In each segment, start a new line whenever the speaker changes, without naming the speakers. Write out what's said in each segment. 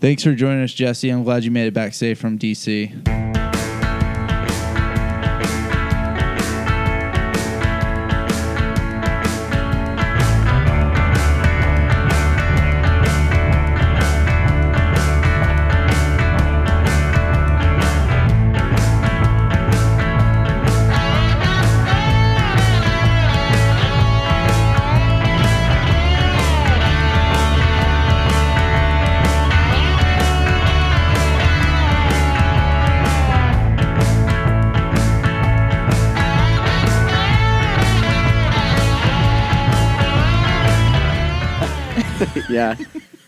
Thanks for joining us, Jesse. I'm glad you made it back safe from DC.
yeah.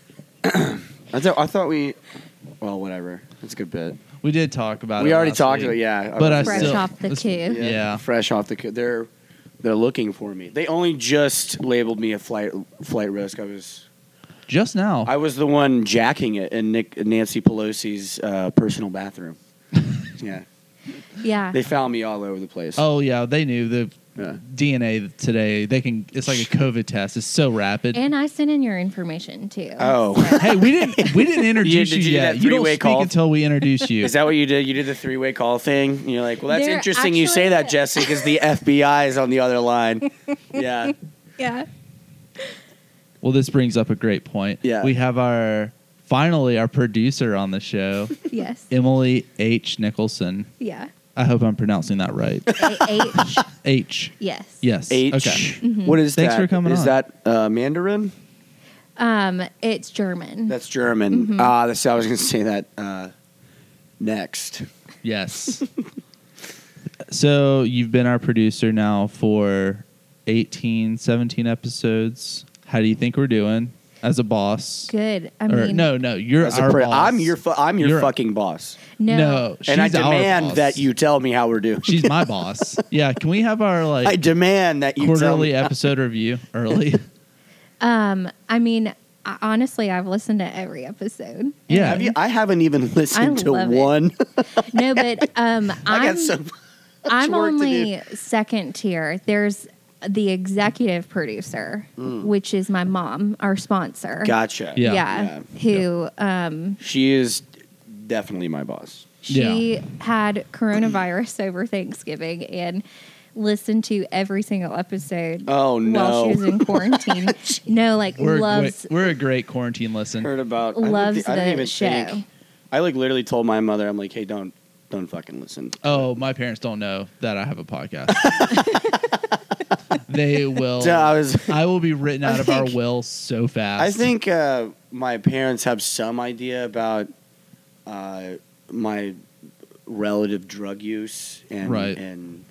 I, thought, I thought we. Well, whatever. It's a good bit.
We did talk about it.
we already
last
talked
week.
about. Yeah.
But I
Fresh
Fresh
still,
off the
let's-
cube.
Yeah.
Fresh off the. co- They're they're looking for me. They only just labeled me a flight flight risk. I was
Just now.
I was the one jacking it in Nick Nancy Pelosi's uh, personal bathroom. yeah.
Yeah.
They found me all over the place.
oh yeah, they knew the
Yeah.
DNA today. They can. It's like a COVID test. It's so rapid.
and I sent in your information too.
Oh.
hey, we didn't we didn't introduce you,
did you do
yet.
that
You don't
three-way
speak
call?
until we introduce you.
Is that what you did? You did the three way call thing? And you're like, well, that's
They're
interesting you say
actually-
that, Jesse, because the FBI is on the other line. yeah.
yeah.
well, this brings up a great point.
Yeah.
we have our finally our producer on the show,
Yes.
Emily H Nicholson.
Yeah.
I hope I'm pronouncing that right.
A- H.
H.
Yes.
Yes.
H.
Okay.
Mm-hmm.
What is
Thanks
that?
for coming
Is
on.
that uh, Mandarin?
Um, it's German.
That's German.
Mhm.
Ah, that's, I was going to say that uh, next.
Yes. so you've been our producer now for 18, 17 episodes. How do you think we're doing as a boss?
good. I
Or,
mean,
no, no, you're
As a
our
pre-
boss.
I'm your fu- I'm your
You're-
fucking boss,
no.
No, she's
and I
our
demand
boss.
that you tell me how we're doing.
She's my boss. Yeah, can we have our
I
like
demand that you tell
quarterly
me.
episode review early?
Um, I mean, I, honestly, I've listened to every episode.
Yeah.
Have you, I haven't even listened
I
to
love it.
one.
No, but um,
I
I'm
got so
I'm
work to
only second tier. There's the executive producer,
Hmm.
which is my mom, our sponsor.
gotcha.
Yeah.
er, yeah,
Yeah.
who um
she is definitely my boss.
she had coronavirus over Thanksgiving and listened to every single episode
Oh
while
no!
she was in quarantine. no, like
We're, a
loves
great- we're a great quarantine listen.
heard about I don't
loves
thi- I didn't
the
even
show.
think- I like literally told my mother, I'm like, hey, don't don't fucking listen.
Oh, my parents don't know that I have a podcast. they will.
So I was
I will be written out
I
of our
think-
will so fast.
I think uh, my parents have some idea about uh, my relative drug use and
Right.
and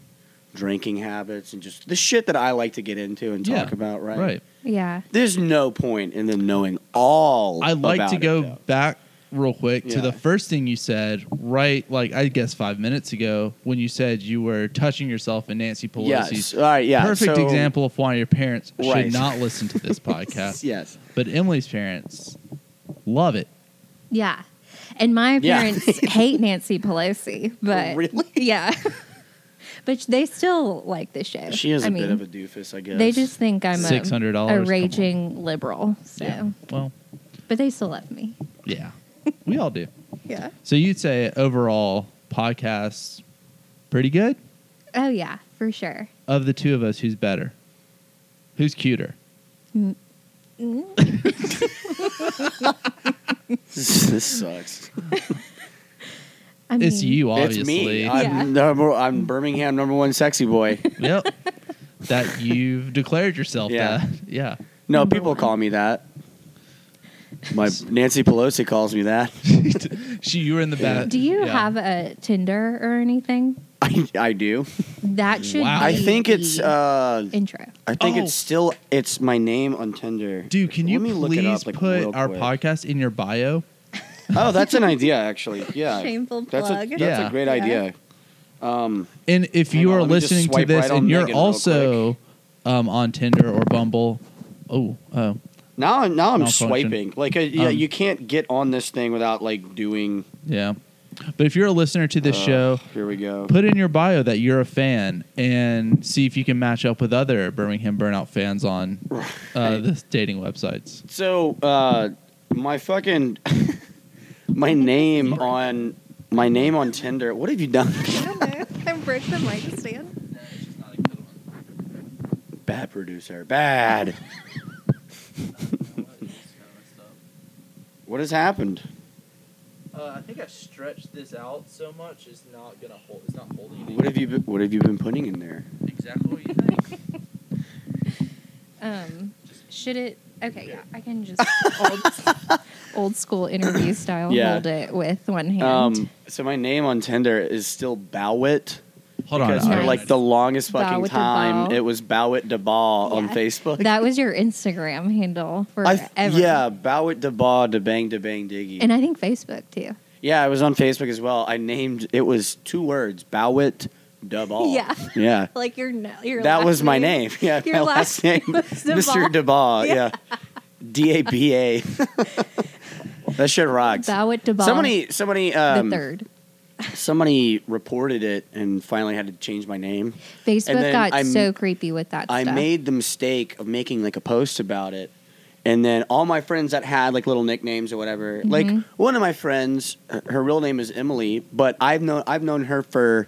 drinking habits and just the shit that I like to get into and talk
Yeah,
about, right?
right.
yeah.
There's no point in them knowing all.
I like
about
to
it,
go
though.
back real quick to
Yeah.
the first thing you said, right? Like I guess five minutes ago when you said you were touching yourself in Nancy Pelosi's.
Yes. All right. Yeah.
Perfect
so-
example of why your parents
Right.
should not listen to this podcast.
Yes.
But Emily's parents love it.
Yeah. And my
Yeah.
parents hate Nancy Pelosi, but
Really?
yeah. but they still like the show.
She is
a
a bit of a doofus, I guess.
They just think I'm a,
$600.
a
come on.
raging liberal. So,
Yeah. Well,
but they still love me.
yeah. we all do.
Yeah.
So you'd say overall podcasts pretty good?
Oh yeah, for sure.
Of the two of us, who's better? Who's cuter?
this sucks.
I mean,
it's you, obviously.
It's me. I'm,
Yeah.
number, I'm Birmingham number one sexy boy.
yep. That you've declared yourself
Yeah.
that. Yeah.
No,
Number
people
one.
call me that. My Nancy Pelosi calls me that.
She you were in the back.
Do you
yeah.
have a Tinder or anything?
I, I do.
That should.
Wow.
Be
I think it's
the
uh
intro.
I think
Oh.
it's still it's my name on Tinder.
Dude, can
Let
you
me
please
look it up, like, real
put our
quick.
podcast in your bio?
Oh, that's an idea actually. Yeah.
Shameful
That's a
plug.
that's
Yeah.
a great idea. Um
And if
Hang
you
on,
are
let me just
listening to
swipe
this
right on
and you're
Megan real
also um, on Tinder or Bumble, oh, oh,
now I'm now I'm
Malfunction.
swiping. Like uh, yeah,
Um,
you can't get on this thing without like doing
yeah. But if you're a listener to this
uh,
show,
Here we go.
put in your bio that you're a fan and see if you can match up with other Birmingham Burnout fans on uh, the dating websites.
So, uh, my fucking my name on my name on Tinder. What have you done?
I broke the mic stand.
Bad producer. Bad. What has happened?
Uh, I think I stretched this out so much it's not gonna hold. It's not holding.
What have you been, What have you been putting in there?
Exactly what you think.
Um, should it? Okay, yeah, I can just old, old school interview style
Yeah.
hold it with one hand.
Um, so my name on Tinder is still Bowit.
Hold on.
Because
I
for
don't
like the longest fucking
Bowit
time,
Debal.
it was Bowit DeBall on
Yeah.
Facebook.
that was your Instagram handle forever.
I th- yeah, Bowit DeBall to bang to bang diggy.
and I think Facebook too.
yeah, it was on Facebook as well. I named it was two words: Bowit DeBall.
Yeah.
yeah.
Like your no- your
that
last
was my
name.
name. Yeah,
Your
my
last
last name,
name was
Mr. DeBall. Yeah, D A B A. That shit rocks.
Bowit Debal
Somebody, somebody,
the
um,
third.
somebody reported it and finally had to change my name.
Facebook
then
got
I m-
so creepy with that
I
stuff.
made the mistake of making like a post about it. And then all my friends that had like little nicknames or whatever, like
Mhm.
one of my friends, her, her real name is Emily, but I've known I've known her for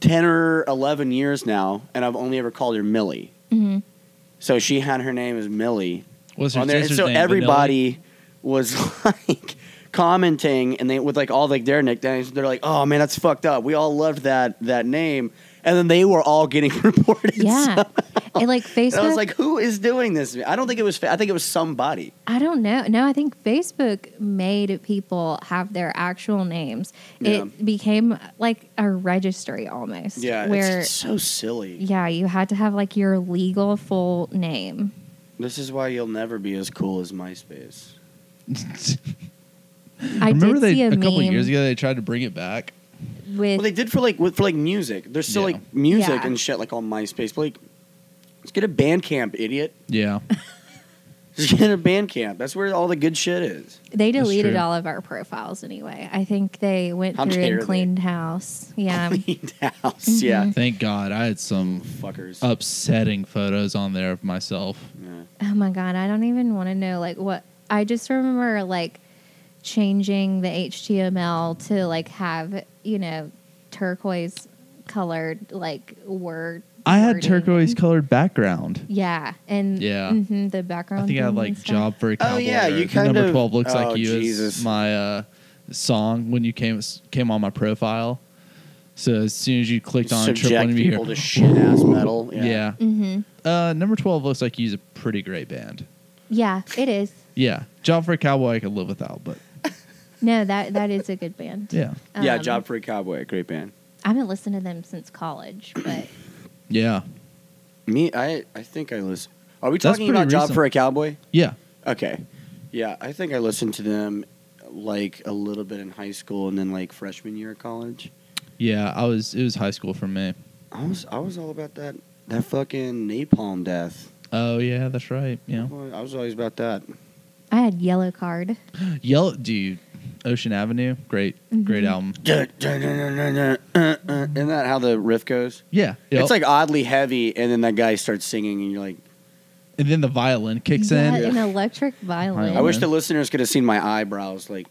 ten or eleven years now, and I've only ever called her Millie.
Mhm.
So she had her name as Millie
What's your
on there, and
sister's
so
name?
everybody was like commenting, and they with like all like their nicknames. They're like, "Oh man, that's fucked up. We all loved that that name," and then they were all getting reported.
Yeah, and like Facebook.
And I was like, who is doing this? I don't think it was, fa- I think it was somebody.
I don't know. No, I think Facebook made people have their actual names.
Yeah.
It became like a registry almost. Where,
it's so silly.
yeah, you had to have like your legal full name.
This is why you'll never be as cool as MySpace.
Millie?
I
Remember
did
they
see a,
a
meme
couple years ago they tried to bring it back.
with
Well, they did for like, with, for like music. There's still
Yeah.
like music
Yeah.
and shit like on MySpace. But like, let's get a Bandcamp, idiot.
Yeah.
Just get a Bandcamp. That's where all the good shit is.
They
That's
deleted
true.
all of our profiles anyway. I think they went
How
through
dare
and
they.
cleaned house. Yeah. Mm-hmm.
Cleaned house. Yeah.
Thank God I had some
Fuckers.
upsetting photos on there of myself.
Yeah.
oh my god, I don't even want to know like what I just remember like changing the HTML to like have, you know, turquoise colored like word
I had
wording.
turquoise colored background.
Yeah, and
Yeah.
mhm, the
I
background.
think I had
thing
like
and stuff.
job for a cowboy.
Oh, yeah,
or
you
The
kind
number
of-
twelve looks
oh,
like you
Jesus.
is my uh, song when you came came on my profile. So as soon as you clicked on it,
Subject
triple M, you
people
hear,
to shit ass metal. Yeah.
yeah.
Mhm.
Uh, number twelve looks like you use a pretty great band.
Yeah, it is.
Yeah, job for a cowboy I could live without, but
No, that that is a good band.
yeah,
Yeah,
Um,
Job Free Cowboy. Great band.
I haven't listened to them since college, but
yeah,
Me, I, I think I listen. Are we
That's
talking
pretty
about Job
recent.
for a Cowboy?
yeah.
Okay. Yeah, I think I listened to them like a little bit in high school and then like freshman year of college.
Yeah, I was. It was high school for me.
I was I was all about that that fucking napalm death.
Oh yeah, that's right. Yeah,
I was always about that.
I had Yellow Card.
yellow dude, Ocean Avenue, great, great
Mm-hmm.
album.
Dun, dun, dun, dun, dun, dun, uh, uh. Isn't that how the riff goes?
Yeah, yep.
It's like oddly heavy, and then that guy starts singing, and you're like,
and then the violin kicks
Yeah,
in.
an electric violin.
Violin.
I wish
man.
the listeners could have seen my eyebrows like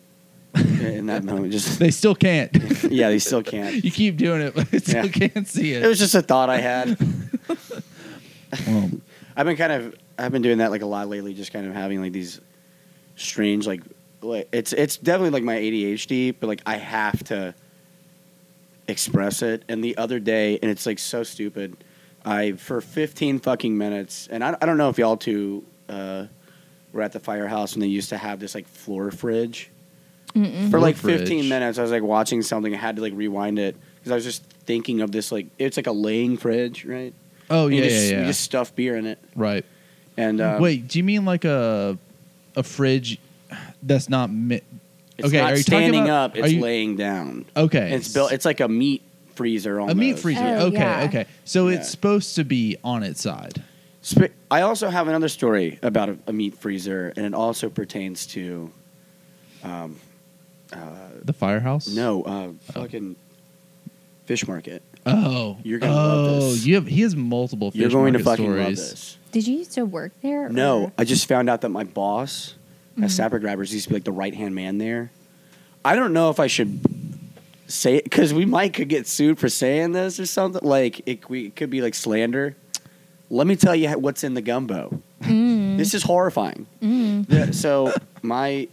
in that moment. Just
They still can't.
yeah, they still can't.
you keep doing it, but they still
Yeah.
can't see it.
It was just a thought I had.
Well,
I've been kind of I've been doing that like a lot lately, just kind of having like these strange like like it's it's definitely like my ADHD, but like I have to express it. And the other day, and it's like so stupid. I for fifteen fucking minutes, and I I don't know if y'all two uh, were at the firehouse when they used to have this like floor fridge
Mm-mm.
for like
Fridge.
15 minutes i was like watching something i had to like rewind it because i was just thinking of this like it's like a laying fridge right
oh
And you
yeah,
just,
yeah,
you
yeah.
just stuff beer in it
right.
and um,
Wait, do you mean like a a fridge that's not? Mi-
It's
Okay,
not
are you talking
standing
about-
up;
are
it's
you-
laying down.
okay,
It's built. It's like a meat freezer. Almost.
a meat freezer.
Oh,
okay,
yeah.
okay. So
Yeah.
it's supposed to be on its side.
Sp- I also have another story about a, a meat freezer, and it also pertains to, um, uh,
The firehouse?
no, uh, fucking fish market.
Oh,
You're gonna
oh,
love this.
You have he has multiple. Fish
You're going to
market
fucking
stories.
love this.
Did you used to work there? or-
No, I just found out that my boss as Sapper Grabbers used to be like the right hand man there. I don't know if I should say it because we might could get sued for saying this or something. Like it, we, it could be like slander. Let me tell you how- what's in the gumbo.
Mm.
This is horrifying.
Mm.
Yeah, so my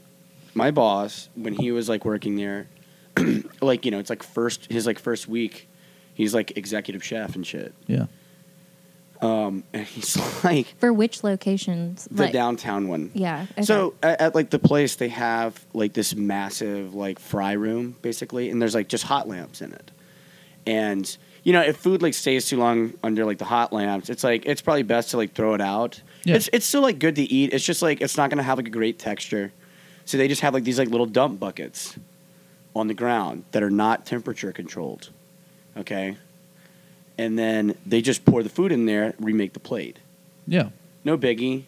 my boss when he was like working there, like you know, it's like first his like first week, he's like executive chef and shit.
Yeah.
Um, and he's like
For which locations?
the
Like-
downtown one.
Yeah. okay.
So at, at like the place, they have like this massive like fry room basically, and there's like just hot lamps in it. And you know, if food like stays too long under like the hot lamps, it's like it's probably best to like throw it out.
Yeah.
It's it's still like good to eat. It's just like it's not gonna have like a great texture. So they just have like these like little dump buckets on the ground that are not temperature controlled. Okay. And then they just pour the food in there, remake the plate
Yeah.
no biggie.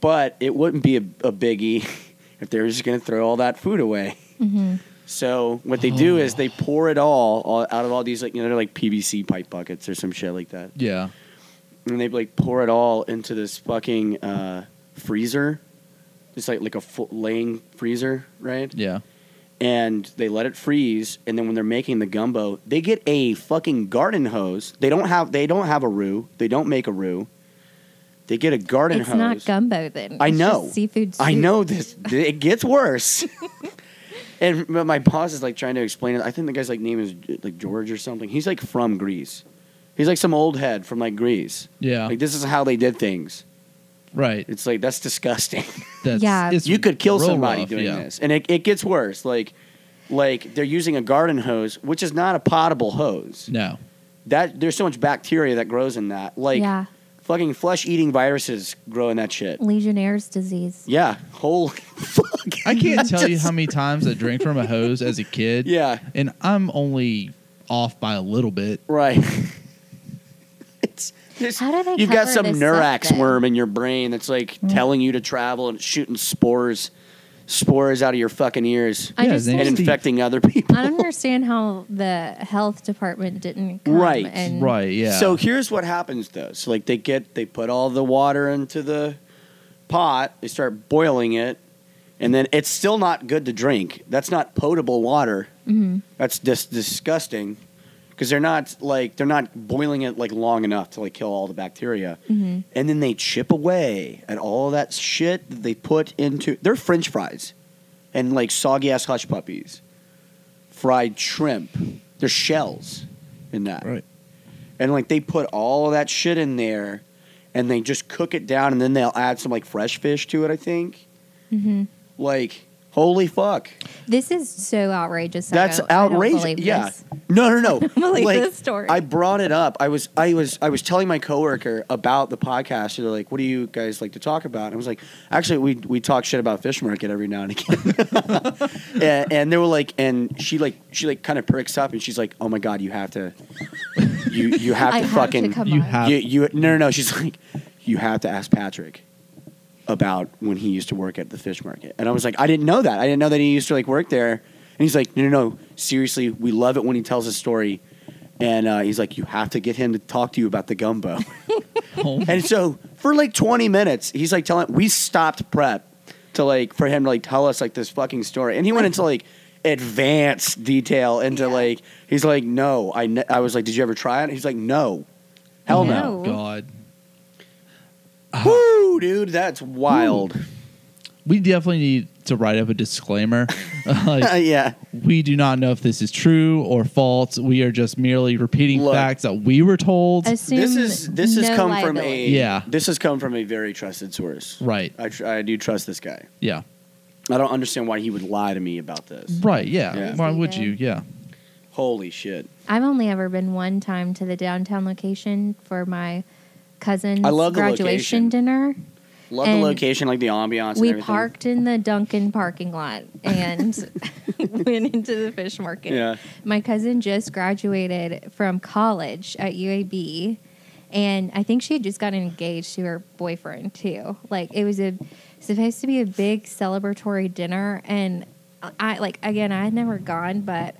But it wouldn't be a, a biggie if they were just going to throw all that food away.
Mhm.
So what they do is they pour it all, all out of all these like you know they're like PVC pipe buckets or some shit like that,
Yeah.
and they like pour it all into this fucking uh, freezer. It's like like a full laying freezer, right?
Yeah.
And they let it freeze, and then when they're making the gumbo, they get a fucking garden hose. They don't have they don't have a roux. They don't make a roux. They get a garden
it's
hose.
not gumbo then.
I
It's
know.
just seafood.
I
soup.
know this. It gets worse. and my my boss is like trying to explain it. I think the guy's like name is like George or something. He's like from Greece. He's like some old head from like Greece.
Yeah.
Like this is how they did things.
right.
It's like that's disgusting.
That's,
Yeah.
it's
you could kill
real
somebody
rough,
doing
yeah.
this, and it, it gets worse. Like, like they're using a garden hose, which is not a potable hose.
No.
That there's so much bacteria that grows in that. Like
yeah.
fucking flesh eating viruses grow in that
Mm.
shit.
Legionnaire's disease.
Yeah, holy fuck.
I can't tell you how many times I drank from a hose as a kid.
Yeah.
And I'm only off by a little bit.
Right. it's there's-
How do they
You've got
cover
some
this
Nurax
up, then? Mm.
worm in your brain that's like telling you to travel and shooting spores, spores out of your fucking ears
I
Yeah,
just
they-
don't-
and
Steve.
infecting other people.
I don't understand how the health department didn't come
Right.
and
Right. Yeah.
So here's what happens though. So like they get they put all the water into the pot, they start boiling it, and then it's still not good to drink. That's not potable water.
Mhm.
That's just disgusting because they're not like they're not boiling it like long enough to like kill all the bacteria.
Mhm.
And then they chip away at all that shit that they put into they're french fries and like soggy ass hush puppies. Fried shrimp. They're shells in that.
Right.
And like they put all of that shit in there and they just cook it down and then they'll add some like fresh fish to it, I think.
Mhm.
Like, holy fuck.
This is so outrageous. I
That's
don't- I don't
outrageous.
believe
yeah.
this.
No, no, no.
believe
like,
this story.
I brought it up. I was, I was, I was telling my coworker about the podcast. They're like, "What do you guys like to talk about?" And I was like, "Actually, we we talk shit about fish market every now and again." and, and they were like, and she like, she like kind of pricks up, and she's like, "Oh my god, you have to, you you have
I
to
have
fucking,
to come
You
on.
have-
you, you no no no." She's like, "You have to ask Patrick." about when he used to work at the fish market. And I was like, I didn't know that. I didn't know that he used to like work there. And he's like, no, no, no. Seriously, we love it when he tells a story. And uh, he's like, you have to get him to talk to you about the gumbo.
Oh,
and so for like 20 minutes, he's like telling, we stopped prep to like, for him to like tell us like this fucking story. And he went into like advanced detail into
Yeah.
like, he's like, no. I, ne-. I was like, did you ever try it? He's like, no. Hell no.
No.
God. Uh-huh.
Woo, dude, that's wild.
We definitely need to write up a disclaimer. like,
Uh, yeah.
We do not know if this is true or false. We are just merely repeating
Look.
facts that we were told.
Assume
this is this has
no
come from a
liability.
Yeah.
this has come from a very trusted source
right.
I, tr- I do trust this guy
Yeah.
i don't understand why he would lie to me about this
Right. Yeah.
Yeah.
Why would you? Yeah.
holy shit
I've only ever been one time to the downtown location for my cousin's
I love the location.
graduation dinner.
love
And
the location like the ambiance and
We
everything.
parked in the Duncan parking lot and went into the fish market.
yeah
My cousin just graduated from college at UAB, and I think she had just gotten engaged to her boyfriend too. Like it was a supposed to be a big celebratory dinner, and I like again I had never gone, but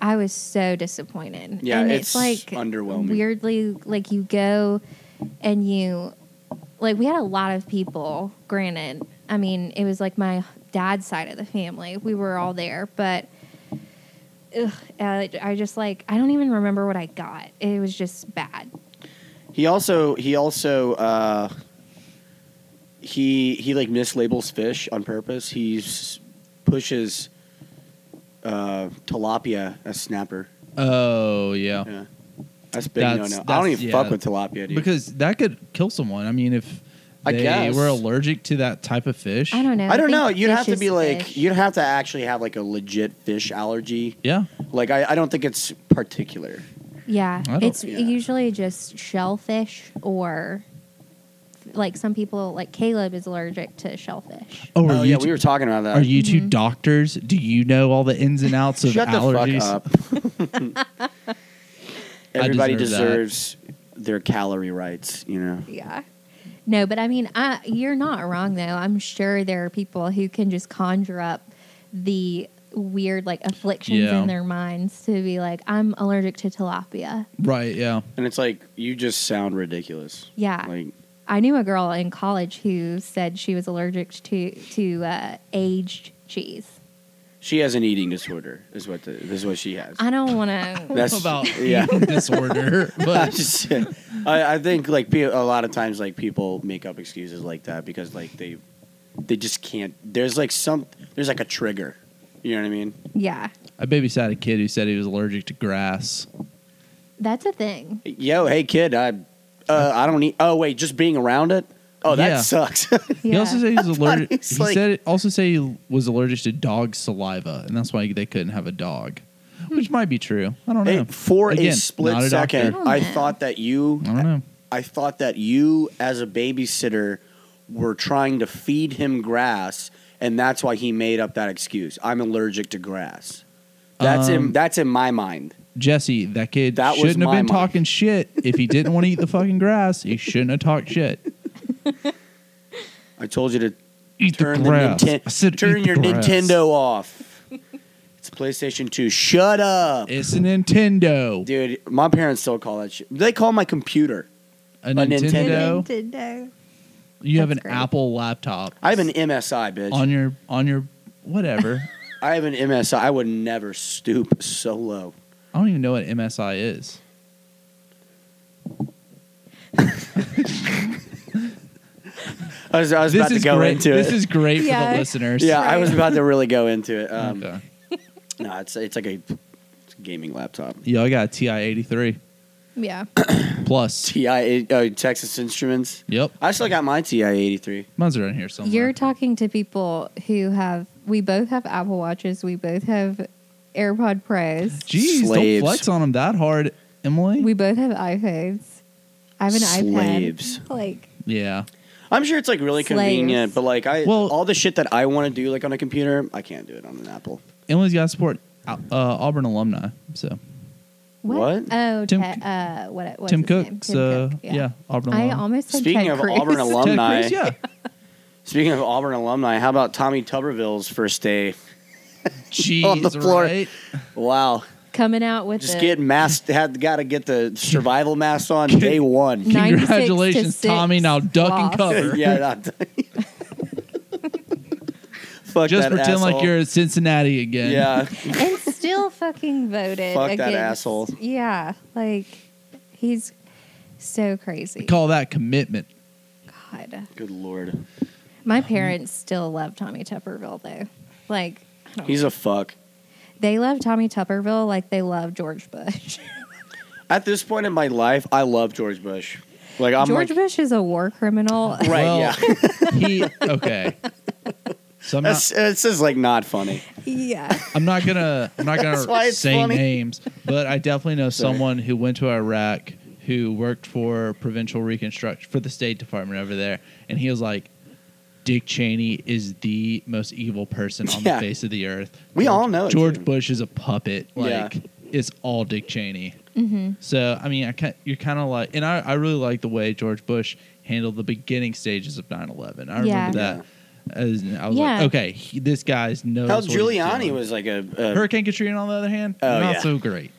I was so disappointed.
Yeah,
and
it's
it's, like
underwhelming.
Weirdly, like you go and you like we had a lot of people. Granted, I mean, it was like my dad's side of the family. We were all there, but ugh, I I just like I don't even remember what I got. It was just bad.
He also he also uh, he he like mislabels fish on purpose. He s- pushes uh, tilapia as snapper.
Oh yeah.
Yeah, that's big
That's-
no no. I
that's-
don't even
yeah.
fuck with tilapia, dude.
because that could kill someone. I mean, if
I
they
guess.
were allergic to that type of fish,
I don't know.
I don't
think
know. You'd
fish
have to
is
be like
fish.
you'd have to actually have like a legit fish allergy.
Yeah,
Like I, I don't think it's particular.
Yeah,
I don't-
it's
Yeah.
usually just shellfish or like some people like Caleb is allergic to shellfish.
Oh, are
oh
you
yeah,
t-
we were talking about that.
are you two doctors? Do you know all the ins and outs of
Shut
allergies?
the fuck up. Everybody
deserve that.
deserves their calorie rights, you know.
Yeah. No, but I mean, I, you're not wrong though. I'm sure there are people who can just conjure up the weird like afflictions
Yeah.
in their minds to be like, I'm allergic to tilapia.
Right. Yeah.
And it's like you just sound ridiculous.
Yeah,
Like
I knew a girl in college who said she was allergic to to uh, aged cheese.
she has an eating disorder, is what the, this is what she has.
I don't want to.
That's
about
yeah.
eating disorder,
I
but
just, I, I think like pe- a lot of times like people make up excuses like that because like they they just can't. There's like some there's like a trigger. You know what I mean?
yeah,
I babysat a kid who said he was allergic to grass.
that's a thing.
Yo, hey kid, I uh, I don't eat. Oh wait, just being around it. Oh, that
Yeah.
sucks.
He also said he was allergic.
he's
He
like-
said also said he was allergic to dog saliva, and that's why they couldn't have a dog, which might be true. I don't
Hey,
know.
for
Again,
a split
not a doctor.
second,
Oh,
I
man.
thought that you,
I don't know.
I thought that you, as a babysitter, were trying to feed him grass, and that's why he made up that excuse. I'm allergic to grass. That's in
Um,
that's in my mind.
Jesse, that kid
That was
shouldn't have
my
been
mind.
talking shit. If he didn't want to eat the fucking grass, he shouldn't have talked shit.
I told you to
Eat
turn
the
the,
grass. I
Ninten-
said
turn
eat the
your
grass.
Nintendo off. it's PlayStation Two. Shut up,
It's a Nintendo.
dude. My parents still call that shit. They call my computer.
a Nintendo.
Nintendo.
Nintendo.
You have an
That's great.
Apple laptop
I have an MSI, bitch.
on your on your whatever.
I have an MSI. I would never stoop so low.
I don't even know what MSI is.
I was, I was
This
about to
is
go
great.
into
this
it.
is great for
Yeah.
the listeners.
yeah, I was about to really go into it. Um,
Okay.
No, it's it's like a, it's a gaming laptop.
Yo, I got a TI eighty three
Yeah.
plus.
TI uh, Texas Instruments.
Yep,
I still got my TI eighty three.
mine's around here somewhere.
You're talking to people who have, we both have Apple Watches, we both have AirPod Pros,
Jeez,
Slaves.
don't flex on them that hard, Emily.
we both have iPhones. I have an
Slaves.
iPad. Like,
yeah,
I'm sure it's like really
Slaves.
convenient, but like I
Well-
all the shit that I want to do like on a computer, I can't do it on an Apple.
Emily's got to support uh, Auburn alumni. So
what?
What?
Oh,
Tim
Tim, uh, what, what's
Tim
his name?
Cook's,
Tim
uh,
Cook,
yeah. Auburn
I
alumni.
almost said
Speaking
Ted
of
Cruz.
Auburn alum-
Ted
alumni.
Cruz, yeah.
Speaking of Auburn alumni, how about Tommy Tuberville's first day?
Jeez,
On the floor.
right?
Wow,
coming out with
just
the
getting masked. Had got to get the survival mask on day one.
96 to
Congratulations,
six
Tommy. Now duck
loss.
and cover.
yeah, not Fuck
Just
that
pretend like
asshole.
you're at Cincinnati again.
Yeah,
and still fucking voted.
Fuck that
against-
asshole.
Yeah, like he's so crazy.
We call that commitment.
God,
good lord,
my parents still love Tommy Tupperville though. Like I don't
he's a fuck.
they love Tommy Tupperville like they love George Bush.
At this point in my life, I love George Bush. Like I'm
George
like,
Bush is a war criminal.
right?
Well,
yeah,
He okay. So I'm
That's,
not, Oh,
it's just like not funny.
yeah,
I'm not gonna I'm not
That's why
gonna
it's
say
funny.
names, but I definitely know
Sorry.
someone who went to Iraq who worked for provincial reconstruction for the State Department over there, and he was like, "Dick Cheney is the most evil person on
Yeah.
the face of the earth.
We
George-
all know it,
George
dude.
Bush is a puppet.
Yeah.
Like it's all Dick Cheney."
hmm
So I mean, I kind you're kind of like, and I, I really like the way George Bush handled the beginning stages of 9/11. I remember
Yeah.
that. As, I was
Yeah.
like, okay, he, this guy's knows.
How
what he's
Giuliani
doing.
was like a, a
Hurricane Katrina, on the other hand,
Oh,
not
yeah.
so great.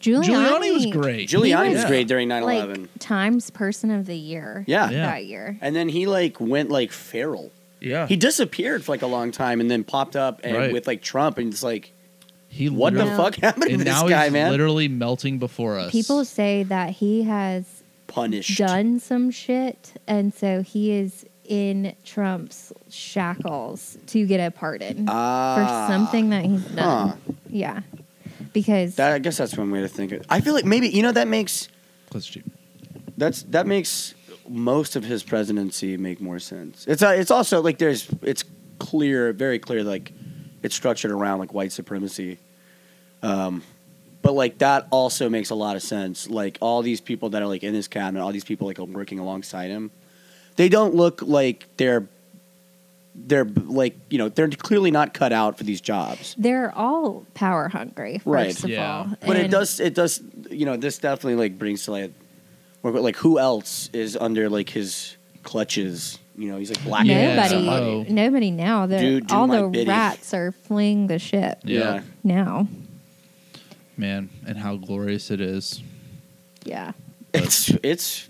Giuliani,
Giuliani was great.
Giuliani was
Yeah.
great during 9/11.
Like Times Person of the Year.
Yeah.
Yeah.
that year.
and then he like went like feral.
Yeah.
He disappeared for like a long time and then popped up and
Right.
with like Trump and it's like
He
what the
literally-
No.
fuck happened to
And
this
now
guy,
he's
man?
literally melting before us.
People say that he has
Punished.
done some shit, and so he is in Trump's shackles to get a pardon
Ah.
for something that he's done.
Huh.
Yeah, because
That, I guess that's one way to think of it. I feel like maybe you know that makes
Close to you.
that's that makes most of his presidency make more sense. It's uh, it's also like there's it's clear, very clear, like it's structured around like white supremacy. Um, but like that also makes a lot of sense. Like all these people that are like in his cabinet, all these people like are working alongside him, they don't look like they're they're like you know they're clearly not cut out for these jobs.
they're all power hungry. First
Right.
of
Yeah.
all,
But it
And-
does. It does. You know, this definitely like brings to light. or, but, Like who else is under like his clutches? You know, he's like blacking out
Yeah.
Nobody,
somebody.
Oh.
nobody now. They're-
Do- do
all
my
the
bidding.
rats are fleeing the ship
Yeah.
now.
Man, and how glorious it is.
Yeah,
it's it's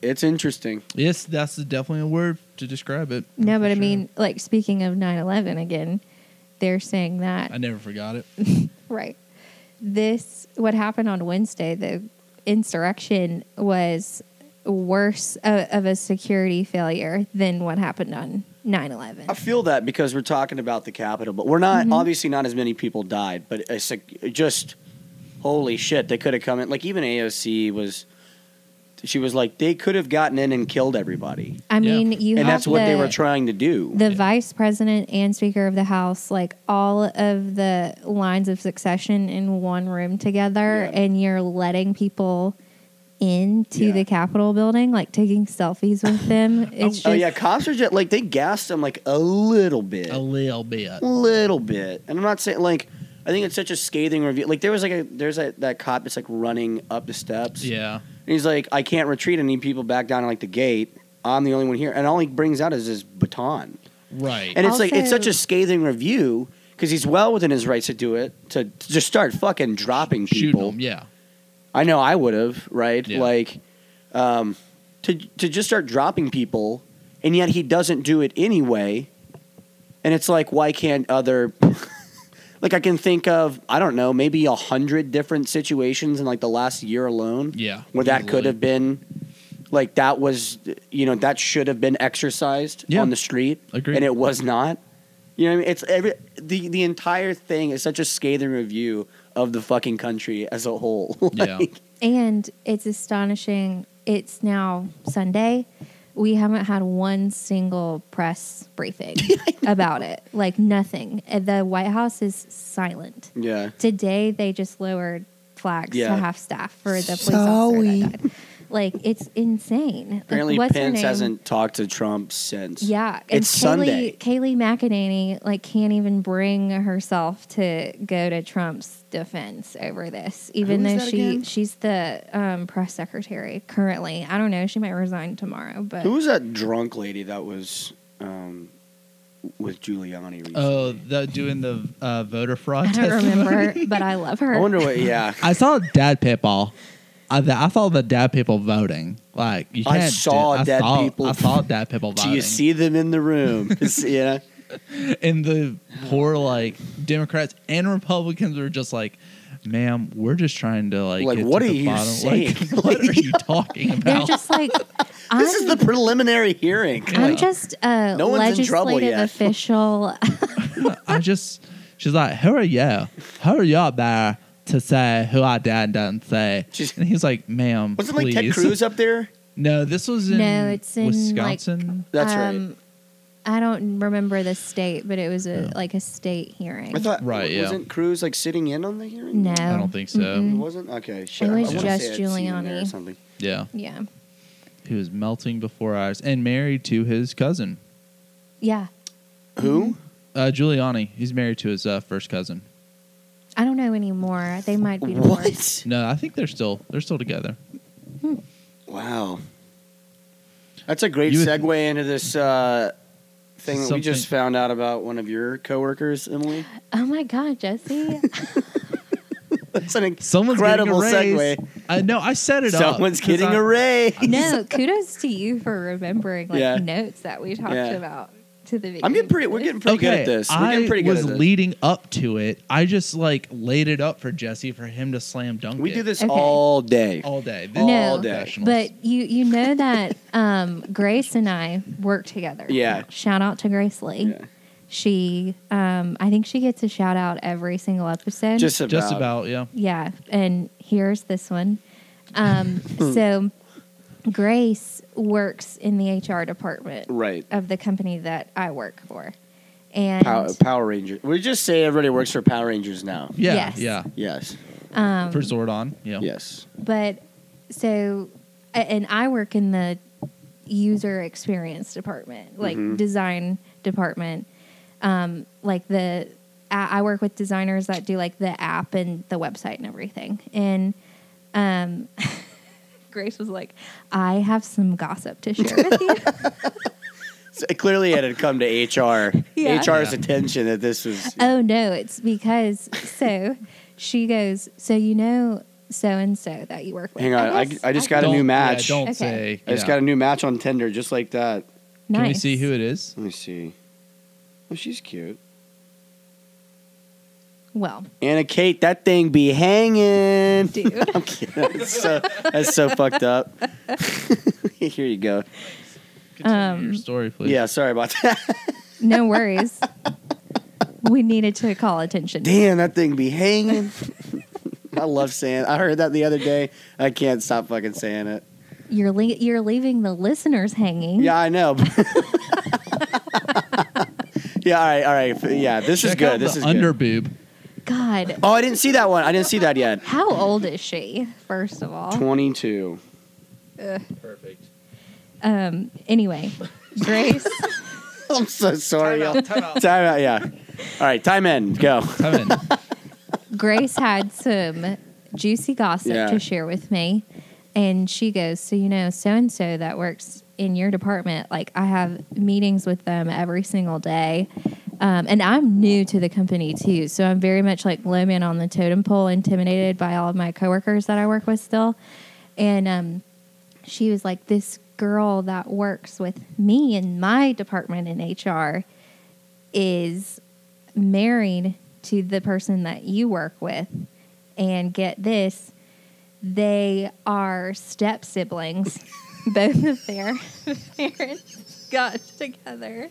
it's interesting.
Yes, that's definitely a word to describe it.
no,
For
but I
sure.
mean, like speaking of 9-11 again, they're saying that
I never forgot it.
Right. This what happened on Wednesday. The insurrection was worse of, of a security failure than what happened on 9/11.
I feel that because we're talking about the Capitol, but we're not
Mm-hmm.
obviously not as many people died, but it's like just holy shit, they could have come in. Like even AOC was. She was like, they could have gotten in and killed everybody,
I mean,
Yeah.
you
and
have
that's what they
the-
were trying to do.
The vice president and speaker of the house, like all of the lines of succession in one room together,
Yeah.
and you're letting people into
Yeah.
the Capitol building, like taking selfies with them. It's just,
oh yeah, cops are just like they gassed them like a little bit,
A little bit.
little bit. And I'm not saying like I think it's such a scathing review. Like there was like a there's a, that cop that's like running up the steps.
Yeah.
And he's like, I can't retreat. I need people back down to like the gate. I'm the only one here. And all he brings out is his baton.
Right.
And it's like it's such
Also-
a scathing review because he's well within his rights to do it to, to just start fucking dropping
Shooting
people.
'em, Yeah.
I know I would have, right?
Yeah.
Like, um, to to just start dropping people, and yet he doesn't do it anyway. And it's like, why can't other? like, I can think of, I don't know, maybe a hundred different situations in like the last year alone
Yeah.
where that could
Easily.
have been. Like that was, you know, that should have been exercised
Yeah.
on the street,
Agreed.
and it was not. You know, what I mean, it's every the the entire thing is such a scathing review of the fucking country as a whole.
Yeah.
Like,
And it's astonishing. It's now Sunday. We haven't had one single press briefing about it. Like nothing. Uh, The White House is silent.
Yeah.
Today they just lowered flags
Yeah.
to half staff for the police officer that died. Like it's insane. Like,
Apparently,
what's her
Pence
name?
hasn't talked to Trump since.
Yeah, and
It's Sunday.
Kaylee, Kaylee McEnany like can't even bring herself to go to Trump's defense over this,
Who
even
is
though
that
she
again?
she's the um, press secretary currently. I don't know; she might resign tomorrow, but
Who was that drunk lady that was um, with Giuliani recently?
Oh, the, doing the uh, voter fraud.
I don't
test.
remember. but I love her.
I wonder what. Yeah,
I saw dead people. I, th- I saw the dead people voting. Like you
I
can't.
saw
do, I
dead
saw,
people.
I saw dead people
do
voting.
you see them in the room? It's- you know,
And the poor like Democrats and Republicans were just like, "Ma'am, we're just trying to like
Like,
get
what
to
are
the
you
bottom.
saying?
Like, what are you talking
they're
about?
just like I'm,
this is the preliminary hearing.
Yeah.
I'm just a
No one's in trouble
legislative
yet.
official.
I just." She's like, "Who are you? Who are you up there to say who I did and didn't say?"
She's-
and he's like, "Ma'am,
Wasn't like
please."
Ted Cruz up there?
No, this was in
No, it's in, like,
Wisconsin.
That's
Um, I don't remember the state, but it was a like a state hearing.
right. I thought.
right, yeah.
Wasn't Cruz like sitting in on the hearing?
no,
I don't think so.
It
Mm-mm.
wasn't. Okay, shit.
was
I wanna say
just
I'd seen him there
Giuliani.
or something.
yeah,
Yeah.
he was melting before ours and married to his cousin.
Yeah.
Who?
Uh, Giuliani. He's married to his uh, first cousin.
I don't know anymore. They might be divorced.
What?
No, I think they're still they're still together.
Wow. That's a great
You would-
segue into this uh, thing that we just
Something-
found out about one of your coworkers, Emily.
Oh my god, Jesse.
That's an
Someone's
incredible
getting a raise.
segue.
I know. I set it up.
Someone's
'cause
getting
I-
a raise.
no, kudos to you for remembering like
Yeah.
notes that we talked
Yeah.
about to the beginning.
I'm getting pretty. We're getting pretty good at this. We're
I
getting pretty good
was
at this.
leading up to it. I just like laid it up for Jesse for him to slam dunk.
we
it
do this
Okay.
all day.
all day. This
No,
all
day.
professionals.
But you you know that um, Grace and I work together.
Yeah.
Shout out to Grace Lee.
Yeah.
She um, I think she gets a shout out every single episode.
Just about.
just about yeah.
Yeah, and here's this one. Um, so Grace works in the HR department
Right.
of the company that I work for. And
Power, Power Rangers. We just say everybody works for Power Rangers now.
Yeah,
Yes.
yeah.
Yes.
um,
For Zordon, yeah.
Yes.
but so a- and I work in the user experience department, like
Mhm.
design department. Um, like the I I work with designers that do like the app and the website and everything. And um, Grace was like, "I have some gossip to share with you."
So it clearly it had come to HR.
Yeah.
HR's
Yeah.
attention that this was.
Oh no, it's because so she goes, so you know so and so that you work with.
Hang on, I,
guess-
I just got
Don't-
a
yeah,
new match.
don't
Okay.
say.
I just
yeah.
got a new match on Tinder, just like that.
Can we
nice.
see who it is?
Let me see. Oh, she's cute.
Well,
Anna Kate, that thing be hanging.
dude.
I'm kidding. That's so, that's so fucked up. Here you go.
Continue
Um,
your story, please.
Yeah, sorry about that.
No worries. we needed to call attention.
Damn, that thing be hanging. I love saying. I heard that the other day. I can't stop fucking saying it.
You're le- you're leaving the listeners hanging.
Yeah, I know. yeah, all right, all right. Yeah, this is
Check
good.
out
This
the
is good.
underboob.
God,
Oh, I didn't see that one. I didn't see that yet.
how old is she? First of all.
Twenty-two.
Perfect.
Um. Anyway, Grace.
I'm so sorry. y'all.
time out.
Time out. Yeah. All right. Time in. Go.
Come in.
Grace had some juicy gossip
Yeah.
to share with me. And she goes, So, you know, so and so that works in your department, like I have meetings with them every single day. Um, and I'm new to the company too. So I'm very much like low man on the totem pole, intimidated by all of my coworkers that I work with still. And um, she was like, This girl that works with me in my department in HR is married to the person that you work with and get this they are step siblings both of their parents got together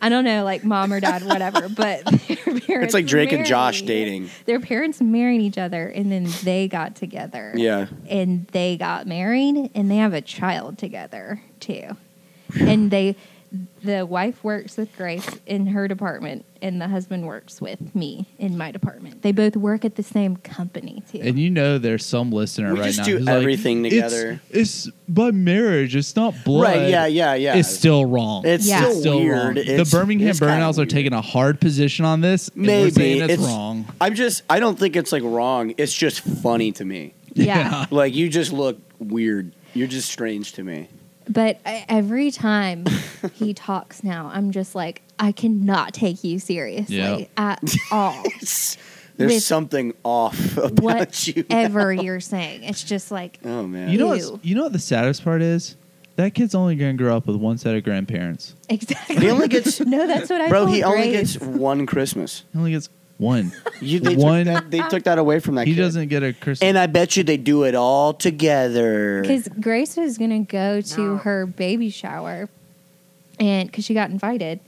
i don't know like mom or dad whatever but their parents
It's like Drake and Josh
married-
dating.
their parents married each other and then they got together
Yeah.
and they got married and they have a child together too. And they the wife works with Grace in her department and the husband works with me in my department. They both work at the same company too.
And you know, there's some listener
We
right
just
now
do
who's like,
everything
"It's-
together."
It's, by marriage. It's not blood.
Right. Yeah. Yeah. Yeah.
It's still wrong.
It's
Yeah.
still,
It's still
weird.
wrong.
It's-
the Birmingham
it's kinda
Burnouts are
weird.
taking a hard position on this. and we're
Maybe
saying it's, wrong.
I'm just. I don't think it's like wrong. It's just funny to me.
yeah.
Like you just look weird. You're just strange to me.
But I, every time he talks now, I'm just like I cannot take you seriously
Yeah.
at all.
It's- There's
With e-
something off about you.
Whatever you're saying, it's just like
Oh man.
You know what's,
Ew.
You know what the saddest part is? That kid's only going to grow up with one set of grandparents.
exactly.
He only gets-
no. That's what I.
Bro,
told
he only
Grace.
gets one Christmas.
He only gets one.
You, they,
One-
Took that, they took that away from that.
he
kid.
doesn't get a Christmas.
And I bet you they do it all together.
Because Grace was gonna go to her baby shower, and because she got invited,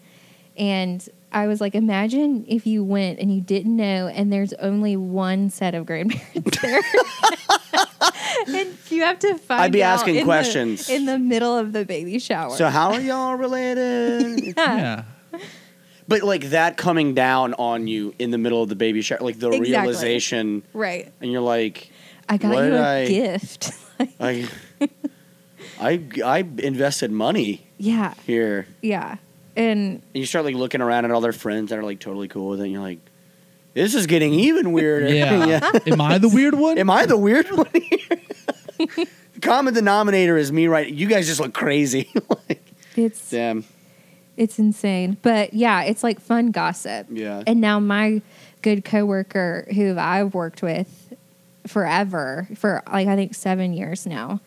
and I was like, imagine if you went and you didn't know, and there's only one set of grandparents there, and you have to find.
I'd be
out
asking
in the-
questions.
in the middle of the baby shower.
So how are y'all related?
yeah.
But like that coming down on you in the middle of the baby shower, like the
Exactly.
realization,
right.
and you're like,
I got
What
you
did
a
I-
gift. Like,
I, I, I invested money
yeah,
here.
yeah,
And
and
you start like looking around at all their friends that are like totally cool with it. And you're like, this is getting even weirder.
Yeah. Am I the weird one?
Am I the weird one here? Common denominator is me, right? You guys just look crazy. like,
it's
damn.
It's insane. But yeah, it's like fun gossip.
Yeah.
And now my good coworker who I've worked with forever, for like I think seven years now,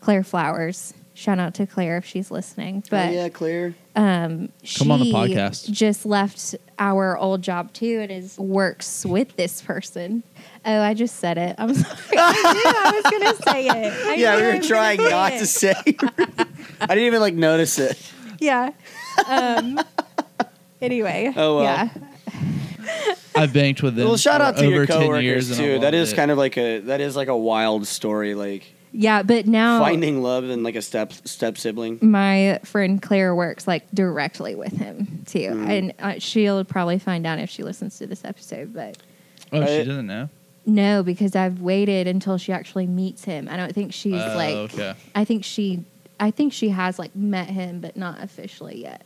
Claire Flowers, Shout out to Claire if she's listening.
oh,
But
yeah, clear.
um, she
Come on the podcast.
just left our old job too and is works with this person. Oh, I just said it. I'm sorry. I knew I was gonna say it. I
yeah,
knew
we
I
were
was
trying
gonna say
not
it.
to say. I didn't even like notice it.
Yeah. Um, anyway.
Oh, well.
Yeah.
I've banked with them.
well, shout
for
out to
over
your
10 years
coworkers
and I
too.
love
That is
it.
kind of like a that is like a wild story, like
Yeah, but now
finding love and like a step step sibling.
Mm. my friend Claire works like directly with him too,
Mm.
Mhm.
and uh, she'll probably find out if she listens to this episode. But
Oh,
I-
she doesn't know.
no, because I've waited until she actually meets him. I don't think she's
Oh,
like.
okay.
I think she. I think she has like met him, but not officially yet.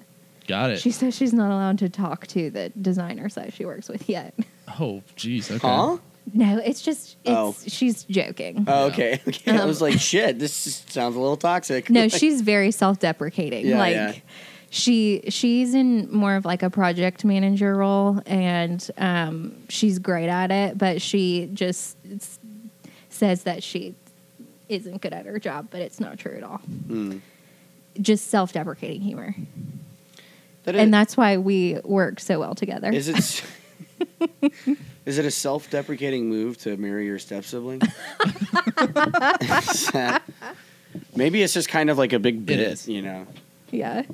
Got it.
She says she's not allowed to talk to the designers that she works with yet.
oh, jeez. Okay.
Huh?
No, it's just it's
Oh.
she's joking.
Oh, okay. okay. I
Um,
was like, shit, this is- sounds a little toxic.
no
Like,
she's very self-deprecating
Yeah,
like
yeah.
she she's in more of like a project manager role and um she's great at it but she just s- says that she isn't good at her job but it's not true at all
mm.
just self-deprecating humor
That is-
and that's why we work so well together
Is it? is it a self-deprecating move to marry your step sibling? Maybe it's just kind of like a big bit,
is.
you know.
yeah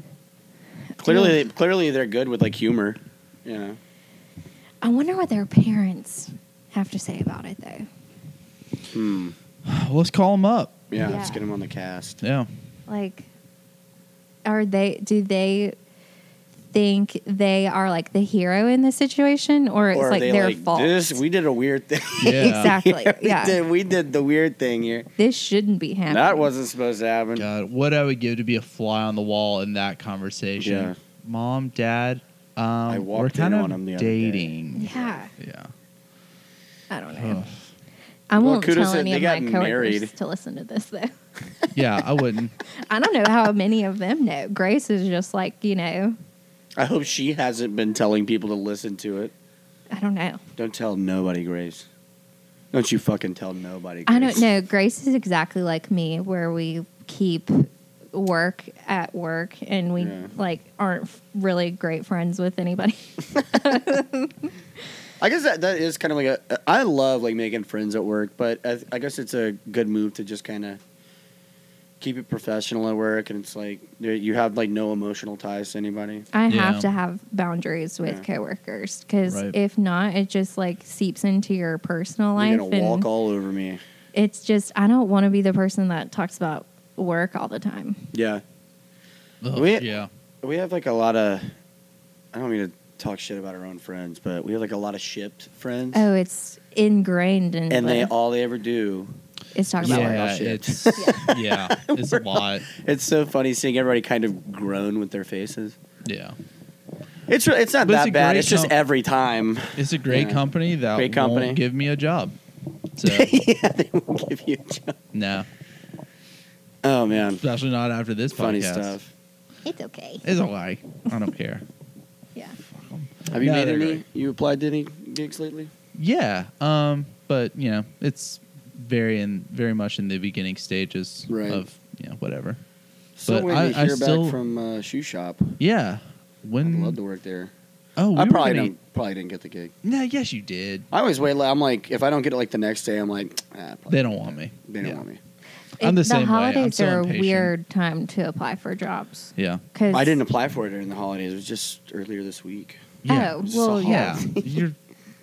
Clearly, clearly they're good with like humor, you know.
i wonder what their parents have to say about it though
Hmm.
Let's call them up.
Yeah, let's
Yeah.
get them on the cast.
Yeah.
like are they do they think they are like the hero in this situation or it's
are
like
they
their fault
This we did a weird thing.
Yeah.
exactly
we
yeah
did, we did the weird thing here.
this shouldn't be happening
That wasn't supposed to happen.
God, what I would give to be a fly on the wall in that conversation.
Yeah.
Mom, dad, um, I
walked
we're
in
kind
on
of
'em the other day.
dating.
yeah
Yeah.
i don't know
Ugh.
i
Well,
won't
kudos
tell
that
any
they
of
got
my coworkers
married.
to listen to this though
yeah, I wouldn't.
i don't know how many of them know grace is just like you know
I hope she hasn't been telling people to listen to it.
i don't know
Don't tell nobody, Grace. Don't you fucking tell nobody. Grace.
i don't know grace is exactly like me where we keep work at work and we
Yeah.
like aren't really great friends with anybody
I guess that, that is kind of like a. I love like making friends at work, but I, I guess it's a good move to just kind of keep it professional at work, and it's like there- you have like no emotional ties to anybody.
I
Yeah.
have to have boundaries with
Yeah.
coworkers because
Right.
if not, it just like seeps into your personal
You're
life,
gonna walk
and
all over me.
it's just I don't want to be the person that talks about work all the time.
Yeah,
Ugh,
We-
yeah.
we have like a lot of. I don't mean to talk shit about our own friends, but we have like a lot of shipped friends,
Oh, it's ingrained in
and they
the-
all they ever do
it's talking about work.
all
Yeah,
shit.
it's yeah, it's a lot.
It's so funny seeing everybody kind of groan with their faces.
Yeah,
It's re- it's not
But it's
that
a
bad.
great
It's just
comp-
every time.
it's a great
Yeah.
company that
Great company.
won't give me a job. So
yeah, they won't give you. A job.
no,
Oh man,
especially not after this
funny
podcast.
stuff.
It's okay.
It's a lie. I don't care.
Yeah,
Have you
No,
made
they're
any?
great.
You applied to any gigs lately?
Yeah, um, but you know, it's very in very much in the beginning stages
Right.
of you know whatever.
So
But
when
I-
you
I
hear
still-
back from uh, shoe shop,
Yeah,
I'd
when
love to work there.
oh, we
I
were
probably
gonna-
didn't probably didn't get the gig.
No, yes, you did.
I always wait. li- I'm like, if I don't get it like the next day, I'm like, ah, probably
They don't want me.
They don't
yeah.
want me.
I'm the
It-
same way. I'm
holidays
so
are a
impatient.
weird time to apply for jobs
Yeah.
because
I didn't apply for it during the holidays. It was just earlier this week.
Yeah.
Oh
It's
well,
a
yeah.
yeah.
You're.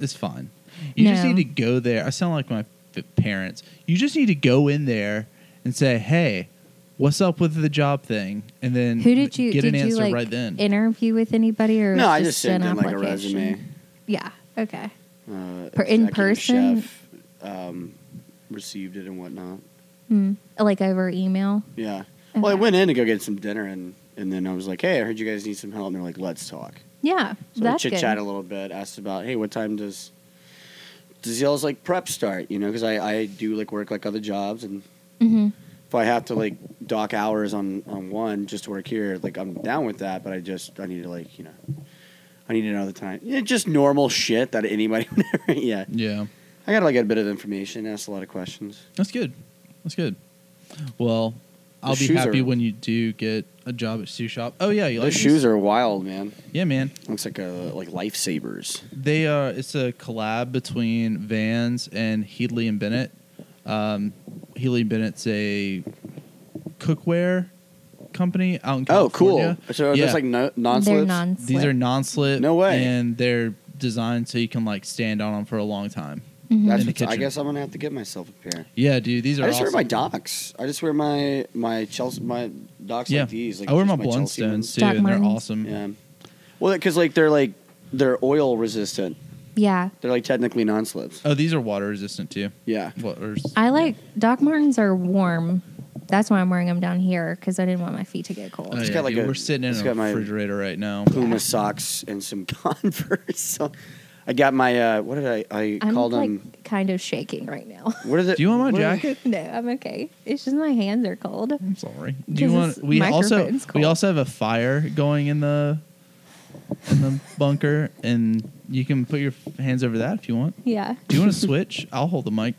It's fine. You just
No.
need to go there. I sound like my f- parents. You just need to go in there and say, "Hey, what's up with the job thing?" And then
Who did you
get
did
an
you
answer
like
right then?
interview with anybody or
No,
was
I just
an
sent in like a
application?
resume.
Yeah. Okay.
Uh,
Per- in
executive
person?
chef, um, received it and whatnot.
Hmm. Like over email.
Yeah. Well, I
Okay.
went in to go get some dinner, and and then I was like, "Hey, I heard you guys need some help." And they're like, "Let's talk."
Yeah,
So
that's
we
good.
chit chat a little bit. Asked about, "Hey, what time does does y'all's like prep start?" You know, because I I do like work like other jobs, and
hmm
if I have to like dock hours on on one just to work here, like I'm down with that. But I just I need to like you know. I need to know the time. Yeah, just normal shit that anybody would ever. Yeah.
yeah.
I got like a bit of information, asked a lot of questions.
That's good. That's good. Well, I'll be
shoes
happy
are-
when you do get a job at shoe shop. Oh yeah, you
Those
like these?
shoes are wild, man.
Yeah, man.
Looks like a like lifesavers.
They are. It's a collab between Vans and Headley and Bennett. Um, Headley and Bennett's a cookware company out in
Oh,
California.
cool. So
yeah.
that's like no, non
They're
slips.
non
These are non-slip.
No way.
And they're designed so you can like stand on them for a long time.
Mhm.
That's
in the
what's- I
kitchen.
guess I'm gonna have to get myself a pair.
Yeah, dude. These are.
I just
awesome.
wear my docs. I just wear my my Chelsea my docs
Yeah.
like these. Like
I wear
just
my
Chelsea
Blundstones
ones.
too,
Doc
and they're
Martens.
awesome.
Yeah. Well, because like they're like they're oil resistant.
Yeah.
They're like technically non slips.
Oh, these are water resistant too.
Yeah.
Water.
I like Doc Martens are warm. That's why I'm wearing them down here because I didn't want my feet to get cold.
Oh,
It's
yeah,
got like
dude,
a-
we're sitting in
it's
a
got my-
refrigerator right now.
Puma socks and some Converse. So I got my uh, what did I I
I'm
called
like
them?
kind of shaking right now.
What is it?
Do you want my
what are
jacket?
no, I'm okay. It's just my hands are cold.
I'm sorry. Do you
This
want?
is-
We also
microphone's
we
cold.
also have a fire going in the in the bunker, and you can put your hands over that if you want.
Yeah.
Do you want to switch? I'll hold the mic.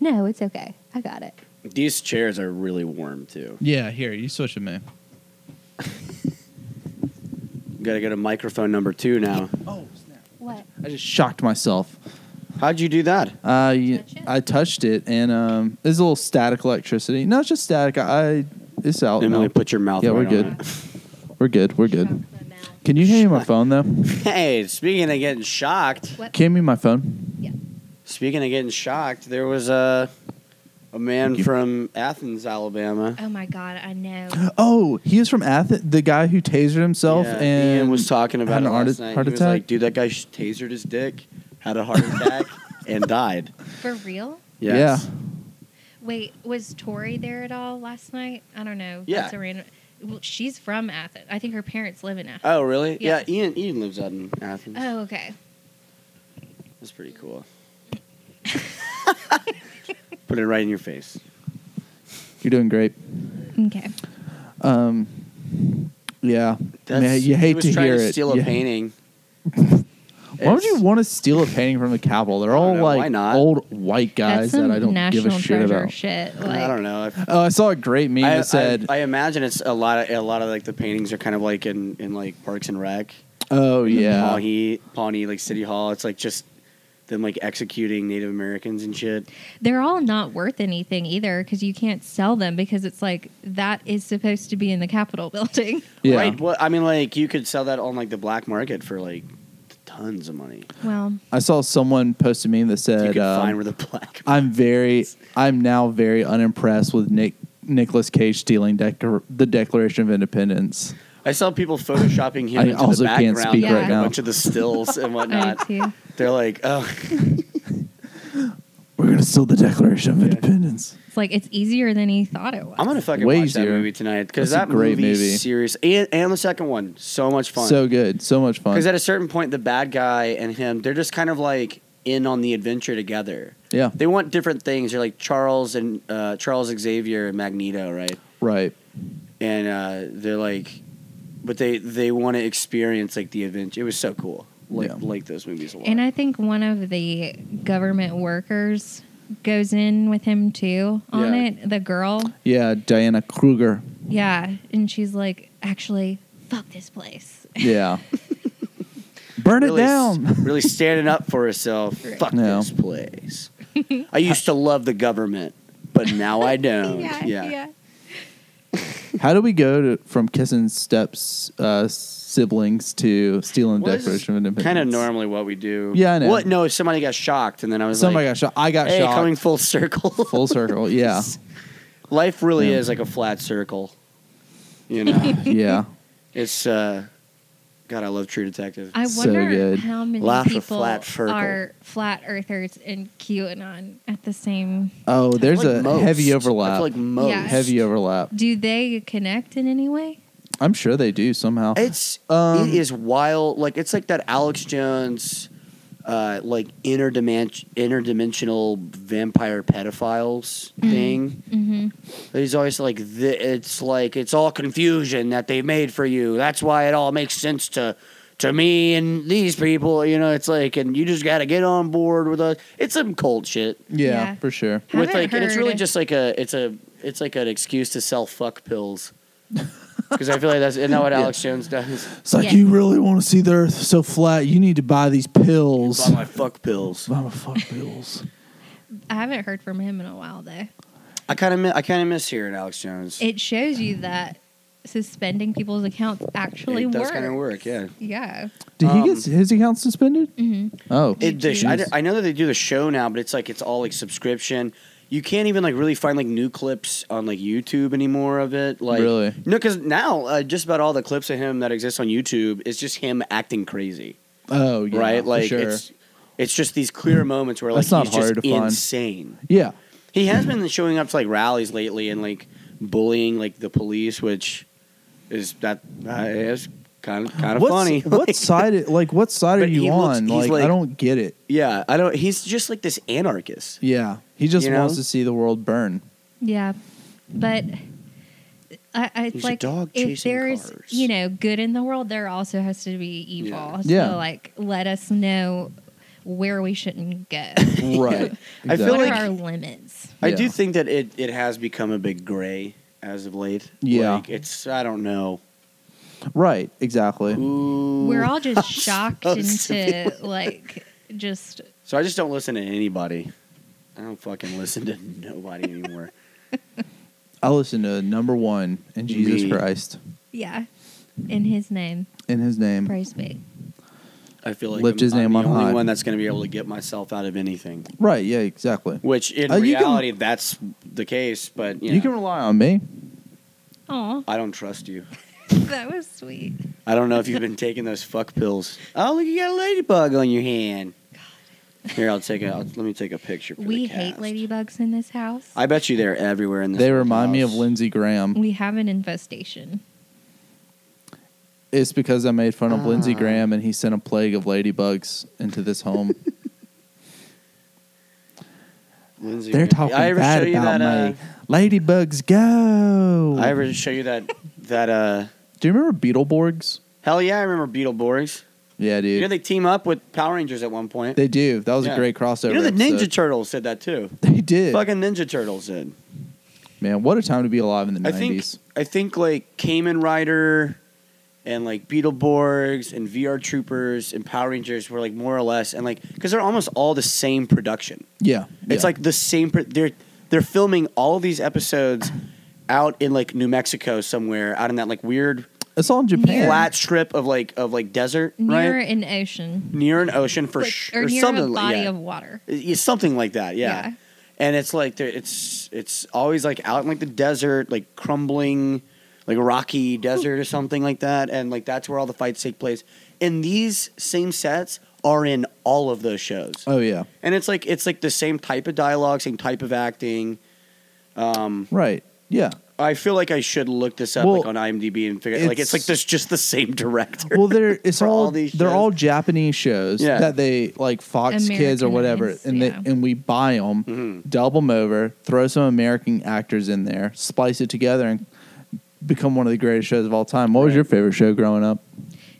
No, it's okay. I got it.
they? These chairs are really warm too.
Yeah, here you switch with me.
Got to go to microphone number two now.
Oh snap!
What?
I just shocked myself.
How'd you do that?
Uh, you,
Touch it?
I touched it, and um, there's a little static electricity. No, it's just static. I it's out.
Emily,
now.
put your mouth.
Oh, Yeah, we're
right on
good. We're good. We're good. Can you hand me my phone though?
it. Hey, speaking of getting shocked,
What?
Can you hand me my phone?
Speaking of getting shocked, there was a a man
Thank you.
from Athens, Alabama.
Oh my God, I know.
Oh, he was from Athens. The guy who tasered himself
Yeah,
and
Ian was talking
had
about it
an heart-
last night.
heart
he was
attack?
like, "Dude, that guy sh- tasered his dick, had a heart attack, and died."
For real?
Yes.
Yeah.
Wait, was Tori there at all last night? I don't know.
Yeah.
That's a random. Well, she's from Athens. I think her parents live in Athens.
Oh, really? Yeah.
Yeah.
Ian Ian lives out in Athens.
Oh, okay.
That's pretty cool. Put it right in your face.
You're doing great.
Okay.
Um, yeah.
That's,
Man, you
he
hate
was
to
trying
hear
to
it.
Steal a
Yeah.
painting.
Why would you
It's-
want to steal a painting from the Capitol? They're
I don't
all
know. Why
like
not?
old white guys
That's some
that I don't
national
give a shit
treasure
about.
shit. Like,
I don't know. I-
Oh, I saw a great meme
I, I-
that said,
I, imagine it's a lot of a lot of like the paintings are kind of like in in like Parks and Rec.
"Oh yeah,
Pawnee, Pawnee, like City Hall. It's like just them like executing Native Americans and shit.
They're all not worth anything either because you can't sell them because it's like that is supposed to be in the Capitol building.
yeah."
Right. Well, I mean, like you could sell that on like the black market for like tons of money.
Well,
I saw someone post a meme that
you
said,
could
um,
find where the black.
"I'm very, I'm now very unimpressed with Nick Nicholas Cage stealing decor the Declaration of Independence."
I saw people photoshopping him.
I
into the
also can't
background
speak
of, like,
right
A
now.
bunch of the stills and
I
whatnot.
do too.
They're like, oh,
We're gonna steal the Declaration of
Yeah.
Independence.
It's like it's easier than he thought it was.
I'm gonna fucking
Way
watch that
easier.
movie tonight because
That's a
that
great
movie,
movie.
is serious. And, and the second one, so much fun.
So good, so much fun.
Because at a certain point, the bad guy and him, they're just kind of like in on the adventure together.
yeah,
They want different things. They're like Charles and uh, Charles Xavier and Magneto, right?
right.
And uh, they're like, but they they want to experience like the adventure. It was so cool. Like
Yeah.
like those movies a lot.
And I think one of the government workers goes in with him too on
Yeah.
it. The girl.
Yeah, Diana Kruger.
Yeah. And she's like, actually, fuck this place.
Yeah. Burn it
really, s-
down.
really standing up for herself.
Right.
Fuck
Yeah.
this place. I used to love the government, but now I don't.
How do we go to, from kissing steps uh, siblings to stealing
Well, this
Declaration of
is
Independence?
Kind of normally what we do.
Yeah, I know.
What? No, somebody got shocked, and then I was
Somebody
like,
got shot. I got
hey,
shot.
coming full circle.
full circle. Yeah,
Life really
Yeah.
is like a flat circle. You know,
yeah.
it's uh, God, I love True Detective.
I
So
wonder
good.
how many
Lots of
people
flat circle.
are flat earthers and QAnon at the same.
Oh, there's
Like
a
most.
heavy
I
overlap.
feel like most
Yeah.
heavy overlap.
Do they connect in any way?
I'm sure they do somehow.
It's
Um,
it is wild. Like it's like that Alex Jones, uh, like interdimension interdimensional vampire pedophiles thing.
Mm-hmm.
He's always like, the, it's like it's all confusion that they made for you. That's why it all makes sense to to me and these people. You know, it's like, and you just got to get on board with us. It's some cult shit.
yeah,
yeah.
for sure.
with
Haven't
like, and it's really
heard-
just like a, it's a it's like an excuse to sell fuck pills. Because I feel like that's isn't that what Alex Jones does?
It's like
Yeah.
you really want to see the earth so flat. You need to buy these pills.
Buy my fuck pills.
Buy my fuck pills.
I haven't heard from him in a while though.
I kind of mi- I kind of miss hearing Alex Jones.
It shows you that suspending people's accounts actually
It does
works.
kind of work, yeah.
Yeah.
Did
Um,
he get his account suspended?
hmm
Oh,
It, the, sh- I,
jeez.
I know that they do the show now, but it's like it's all like subscription. You can't even like really find like new clips on like YouTube anymore of it. Like
Really?
no, because now uh, just about all the clips of him that exist on YouTube is just him acting crazy,
oh yeah,
right?
for
Like
sure.
it's it's just these clear moments where like
That's not
he's just
hard to find.
insane.
yeah.
He has been showing up to like rallies lately and like bullying like the police, which is that uh, is kind of kind of
What's-
funny.
What side? i- Like what side are
But he
you
looks-
on?
he's
like,
like-
I don't get it.
yeah, I don't. He's just like this anarchist.
Yeah, he just
You know?
wants to see the world burn.
Yeah. But I, I it's
He's a
like
dog
if
chasing
there's
cars.
you know good in the world, there also has to be evil.
Yeah.
Yeah.
So like let us know where we shouldn't go.
Right.
I feel
what
like-
are our limits?
I do
Yeah.
think that it, it has become a bit gray as of late.
Yeah.
Like, it's I don't know.
right. Exactly.
Ooh.
We're all just shocked
supposed to
into like just
so I just don't listen to anybody. I don't fucking listen to nobody anymore.
I listen to number one in Jesus
Me.
Christ
yeah. In his name,
in His name.
praise be.
I feel like
Lift
I'm,
his
I'm
name
the
on
only
high.
one that's going to be able to get myself out of anything.
Right. Yeah. Exactly.
Which in
Uh, you can-
reality that's the case, but you,
You
know,
can rely on me.
Oh,
I don't trust you.
that was sweet.
I don't know if you've been taking those fuck pills. Oh look, you got a ladybug on your hand. Here, I'll take a. I'll, let me take a picture. For the
We hate
cast.
ladybugs in this house.
I bet you they're everywhere in this.
They remind me of
house.
Lindsey Graham.
we have an infestation.
It's because I made fun of Lindsey
Ah.
Graham and he sent a plague of ladybugs into this home.
Lindsay
They're
Graham.
talking
I ever show
bad
you
about
that,
me. ladybugs go.
Uh, I ever show you that that uh
Do you remember Beetleborgs?
hell yeah I remember Beetleborgs.
Yeah, dude.
You know they team up with Power Rangers at one point.
they do. That was
Yeah.
a great crossover.
you know the Ninja
episode.
Turtles said that too.
They did.
Fucking Ninja Turtles did.
Man, what a time to be alive in the
I think
nineties.
I think like Kamen Rider and like Beetleborgs and VR Troopers and Power Rangers were like more or less and like because they're almost all the same production.
Yeah,
It's
yeah.
like the same. pr they're they're filming all these episodes out in like New Mexico somewhere, out in that like weird
it's all in Japan.
flat strip of like of like desert,
Near
right?
an ocean.
Near an ocean for
Like-
sure,
or near
something
a
like
body
yeah.
of water.
Yeah, something like that, yeah.
Yeah.
And it's like there, it's it's always like out in like the desert, like crumbling, like rocky desert or something like that, and like that's where all the fights take place. And these same sets are in all of those shows,
Oh yeah,
and it's like it's like the same type of dialogue, same type of acting. Um,
right. Yeah.
I feel like I should look this up
Well,
like on IMDb and figure like it's
it's-
like there's just the same director.
Well, they're it's
For
all,
all these
they're
shows.
all Japanese shows
Yeah.
that they like Fox Kids or whatever,
Americanized,
and they
yeah.
and we buy them,
Mhm.
double them over, throw some American actors in there, splice it together, and become one of the greatest shows of all time. What was your favorite show growing up?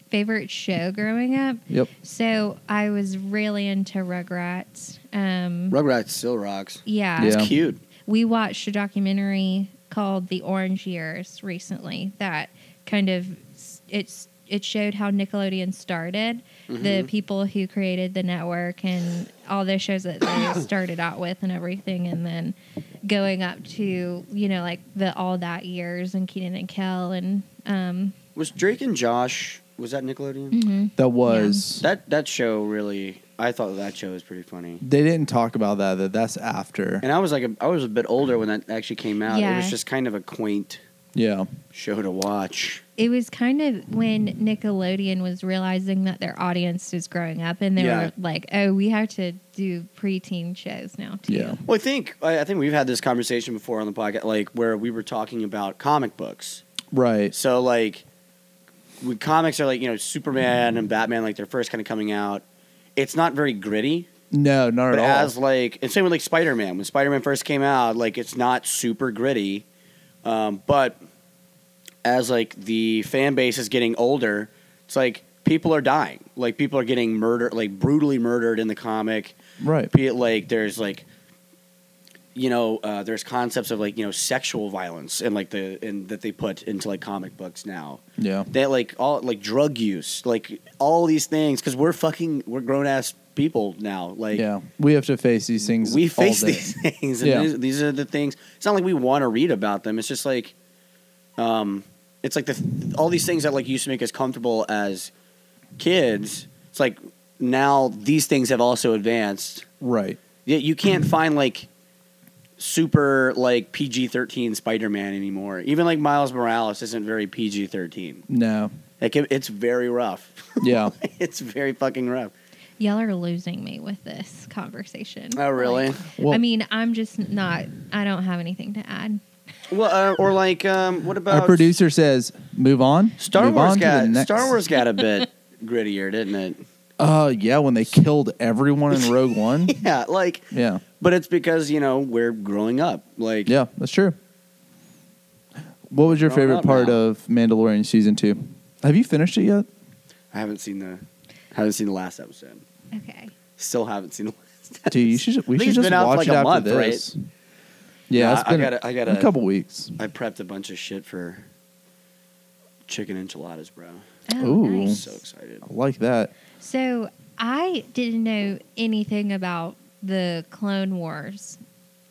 Favorite show growing up?
Yep.
So I was really into Rugrats. Um,
Rugrats still rocks.
yeah.
Yeah.
It's cute.
We watched a documentary called The Orange Years recently that kind of s- it's it showed how Nickelodeon started, the people who created the network and all the shows that they started out with and everything and then going up to, you know, like the all that years and Keenan and Kel and um
Was Drake and Josh was that Nickelodeon?
Mm. mm-hmm.
That was
That that show really, I thought that show was pretty funny.
they didn't talk about that. That that's after.
And I was like, a, I was a bit older when that actually came out. It was
Yeah.
just kind of a quaint
Yeah.
show to watch.
it was kind of when Nickelodeon was realizing that their audience is growing up and they
Yeah.
were like, oh, we have to do preteen shows now, too.
Yeah.
Well, I think I, I think we've had this conversation before on the podcast, like where we were talking about comic books.
Right.
So like, when comics are like you know Superman and Batman, like they're first kind of coming out. It's not very gritty,
No, not
but
at all.
as like, and same with like Spider Man. When Spider Man first came out, like it's not super gritty, um, but as like the fan base is getting older, it's like people are dying. Like people are getting murdered, like brutally murdered in the comic.
right.
Be it like there's like you know, uh, there's concepts of like you know sexual violence and like the and that they put into like comic books now.
Yeah.
That like all like drug use, like all these things, because we're fucking we're grown ass people now. Like
yeah. We have to face these things.
we
all
face
day.
these things and
Yeah.
these, these are the things it's not like we want to read about them it's just like um it's like the all these things that like used to make us comfortable as kids it's like now these things have also advanced
Right.
yeah you can't
Mm-hmm.
find like super like pg-13 spider-man anymore even like miles morales isn't very pg-13
No.
like it, it's very rough
Yeah.
it's very fucking rough
Y'all are losing me with this conversation.
oh really
Like,
Well-
I mean, I'm just not. I don't have anything to add.
well uh, or like um what about
Our producer says, "Move on."
Star
Move
Wars
on to the
got
next-
Star Wars got a bit grittier, didn't it?
Uh, yeah, when they killed everyone in Rogue One.
Yeah, like,
yeah,
but it's because you know we're growing up. Like,
yeah, that's true. What was your
Growing
favorite
up
part
now.
of Mandalorian season two? Have you finished it yet?
I haven't seen the, haven't seen the last episode.
Okay.
Still haven't seen the last.
Dude, you should. We
I think
should
it's
just
been out for
watch
like
it
a
after
month,
this. Yeah,
Yeah,
it's
I- I
been
gotta- I gotta-
a couple weeks.
I prepped a bunch of shit for chicken enchiladas, bro.
Oh,
Ooh.
I'm
nice.
so excited.
I like that.
So I didn't know anything about the Clone Wars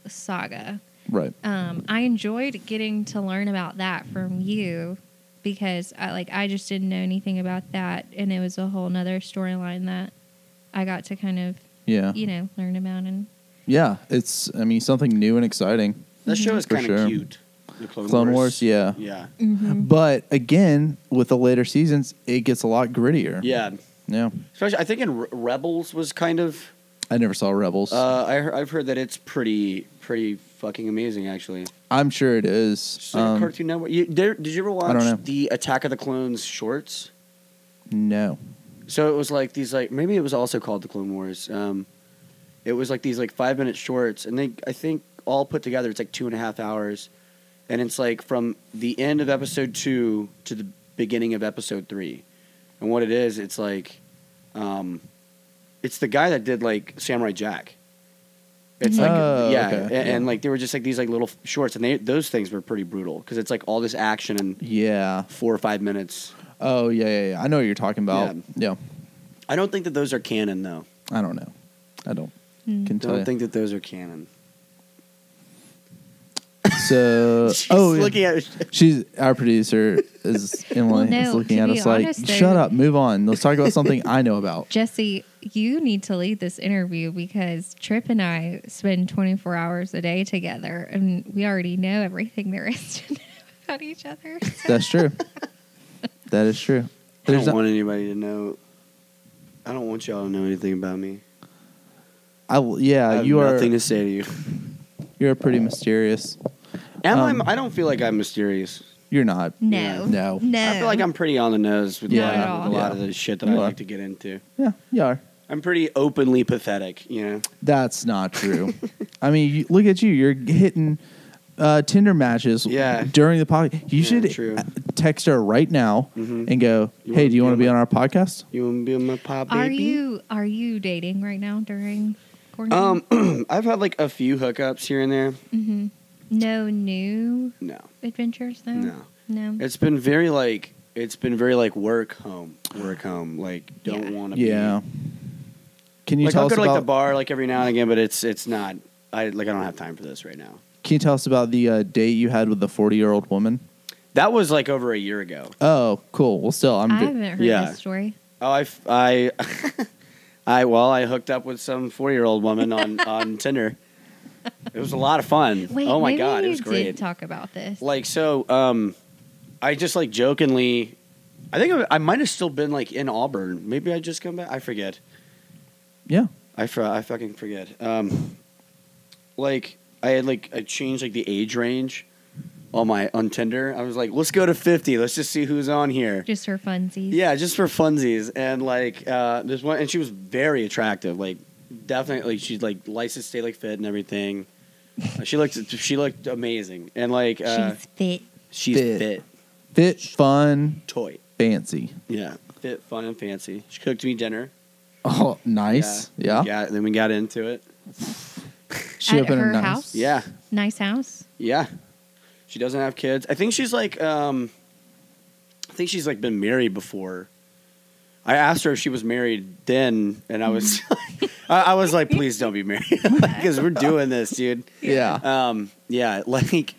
saga.
Right.
Um, I enjoyed getting to learn about that from you because I like I just didn't know anything about that, and it was a whole nother storyline that I got to kind of
Yeah.
you know learn about and
Yeah. It's. I mean, something new and exciting.
That show is
For
kind of
sure.
cute. The Clone,
Clone Wars, yeah.
yeah,
But again, with the later seasons, it gets a lot grittier.
yeah.
Yeah.
Especially, I think in Re- Rebels was kind of.
I never saw Rebels.
Uh, I, he- I've heard that it's pretty, pretty fucking amazing, actually.
I'm sure it is.
It's like
Um,
a Cartoon Network. You, there, did you ever
I don't
watch
know.
the Attack of the Clones shorts?
No.
So it was like these like maybe it was also called the Clone Wars. Um, it was like these like five minute shorts, and they I think all put together it's like two and a half hours, and it's like from the end of episode two to the beginning of episode three, and what it is it's like, um, it's the guy that did like Samurai Jack. It's like
Oh,
yeah,
okay.
and,
Yeah.
and like they were just like these like little shorts, and they those things were pretty brutal because it's like all this action and
Yeah.
four or five minutes.
Oh yeah, yeah, yeah. I know what you're talking about.
Yeah.
Yeah.
I don't think that those are canon, though.
I don't know. I don't.
Mm.
Can
I
tell
don't
you.
think that those are canon.
so.
She's
oh, yeah.
looking at
she's our producer is Emily
Well, no,
is looking
to
at
be
us like,
honest, though-
shut up, move on. Let's talk about something I know about.
Jesse, you need to lead this interview because Trip and I spend 24 hours a day together and we already know everything there is to know about each other.
That's true. that is true.
I don't
There's not,
want anybody to know. I don't want y'all to know anything about me.
I will- yeah,
I have
Uh, you are
nothing to say to you.
you're pretty mysterious.
Am
Um,
I? I don't feel like I'm mysterious.
You're not.
No.
No.
No.
I feel like I'm pretty on the nose with, a
Yeah.
lot-
Not at
with
all.
a lot
Yeah.
of the shit that I
You
like
are.
to get into.
Yeah, you are.
I'm pretty openly pathetic. You know,
That's not true. I mean, you, look at you. You're hitting uh, Tinder matches
Yeah.
during the podcast. You
Yeah,
should
true.
uh, text her right now
Mhm.
and go,
You
hey,
wanna
do you
be
want to
on
be
my-
on our podcast?
you want to be my pop baby?
Are you are you dating right now during quarantine?
Um, I've had like a few hookups here and there.
Mhm. No new
No,
adventures though.
no.
No.
It's been very like it's been very like work home, work home. Like don't
Yeah.
want to.
Yeah. Can you
like
tell
I'll
us
go to
about
like the bar like every now and again, but it's it's not. I like I don't have time for this right now.
Can you tell us about the uh, date you had with the 40 year old woman?
That was like over a year ago.
Oh, cool. Well, still, I'm.
I
ju-
haven't heard
Yeah.
this story.
Oh, I f- I I- well I hooked up with some four year old woman on on Tinder. It was a lot of fun.
Wait,
oh my
maybe
god,
you
it was great.
did talk about this.
like so, um, I just like jokingly. I think I, I might have still been like in Auburn. Maybe I just come back. I forget.
yeah.
I fr- I fucking forget. Um, like I had like I changed like the age range on my on Tinder. I was like, let's go to fifty. Let's just see who's on here.
just her funsies.
Yeah, just for funsies. And like uh, this one, and she was very attractive. Like definitely, she's like licensed stay like fit and everything. Uh, she looked she looked amazing. And like uh,
She's fit.
she's,
Fit.
fit,
Fit, fun,
toy.
fancy.
Yeah, fit, fun, and fancy. She cooked me dinner.
Oh, nice. Yeah.
Yeah. Then we got into it.
She
At
opened
her
a nice-
house?
Yeah,
Nice house.
yeah. She doesn't have kids. I think she's like, um, I think she's like been married before. I asked her if she was married then, and I was, I, I was like, please don't be married because we're doing this, dude.
Yeah.
Um, yeah, like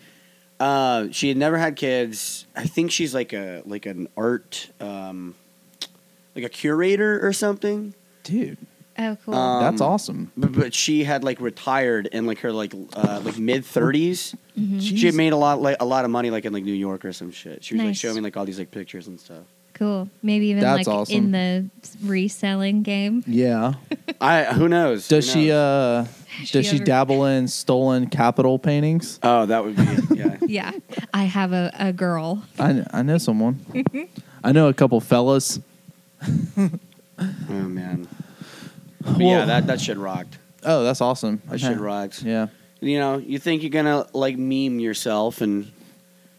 uh, she had never had kids. I think she's like a like an art, um, like a curator or something.
Dude,
Oh, cool.
Um,
that's awesome.
But, but she had like retired in like her like uh, like mid thirties.
Mm-hmm.
She
Jeez.
had made a lot like a lot of money like in like New York or some shit. She was like
Nice.
showing me like all these like pictures and stuff.
cool. Maybe even
That's
like
awesome.
in the reselling game.
yeah.
I who knows?
Does
Who
she
knows?
uh
She
does she
ever-
dabble in stolen capital paintings?
oh, that would be yeah.
Yeah. I have a, a girl.
I kn- I know someone. I know a couple fellas.
oh man. But yeah,
Well-
that that shit rocked.
Oh, that's awesome.
That shit rocked.
Yeah.
you know, you think you're gonna like meme yourself and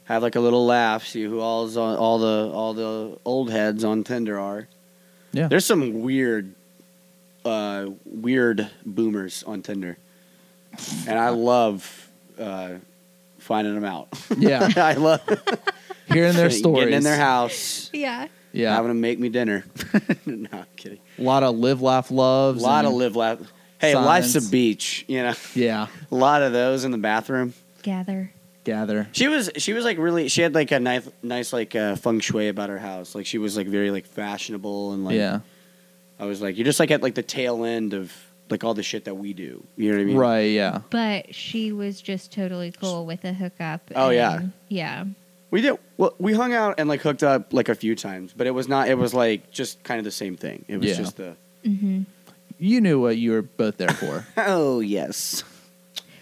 have like a little laugh, see who all's on all the all the old heads on Tinder are.
Yeah.
There's some weird, uh, weird boomers on Tinder, and I love uh, finding them out.
Yeah.
I love
Hearing their stories.
getting in their house,
Yeah.
Yeah.
having them make me dinner. no, I'm kidding.
a lot of live, laugh,
A
loves.
lot of
and-
live, laugh. Hey,
Silence.
life's a beach. You know,
Yeah.
a lot of those in the bathroom.
Gather.
Gather.
She was she was like really she had like a nice nice like uh, feng shui about her house. Like she was like very like fashionable and like
yeah.
I was like you're just like at like the tail end of like all the shit that we do. You know what I mean?
Right. Yeah.
But she was just totally cool with a hookup.
Oh, yeah.
and- Yeah.
We did well we hung out and like hooked up like a few times, but it was not it was like just kind of the same thing. It was
Yeah.
just the
Mm-hmm.
You knew what you were both there for.
Oh yes.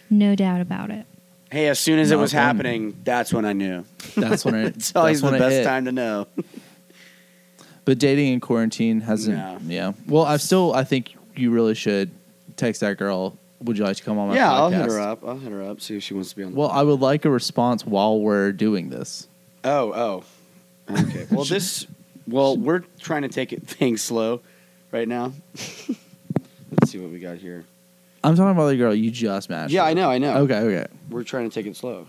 No doubt about it.
Hey, as soon as it
Not
was
one.
happening, that's when I knew.
That's when it.
It's always
that's when
the
it
best
hit.
time to know.
But dating in quarantine hasn't.
No.
Yeah. Well, I still. I think you really should text that girl. Would you like to come on my
yeah,
podcast?
I'll hit her up. I'll hit her up, see if she wants to be on the
Well, I would like a response while we're doing this.
Oh, oh. Okay. Well, this. Well, we're trying to take it things slow, right now. Let's see what we got here.
I'm talking about the girl you just matched.
Yeah, I
with.
know, I know.
Okay. Okay.
We're trying to take it slow.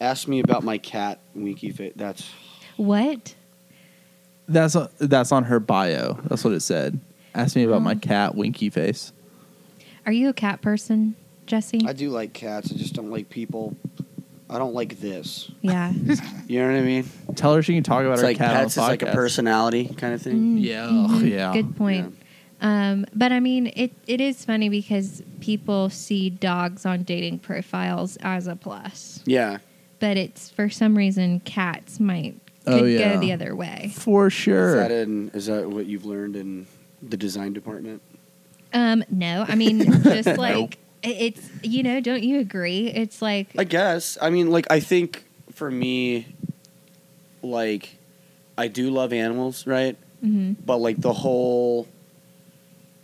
Ask me about my cat, Winky Fit. That's
What?
That's on, that's on her bio. That's what it said. Ask me about my
Mm.
cat, Winky Face.
Are you a cat person, Jesse?
I do like cats. I just don't like people. I don't like this.
yeah.
You know what I mean?
Tell her she can talk about
It's
her
like
cat on
pets is
the podcast.
like a personality kind of thing.
Mm,
Yeah,
mhm.
yeah.
Good point. Um, but I mean, it, it is funny because people see dogs on dating profiles as a plus,
Yeah.
but it's for some reason cats might
Oh,
could
yeah.
go the other way.
For
Is
sure.
that in? Is that what you've learned in the design department?
Um, no, I mean, just like i- it's you know, don't you agree? It's like
I guess. I mean, like, I think for me, like, I do love animals, right?
mhm.
But like the whole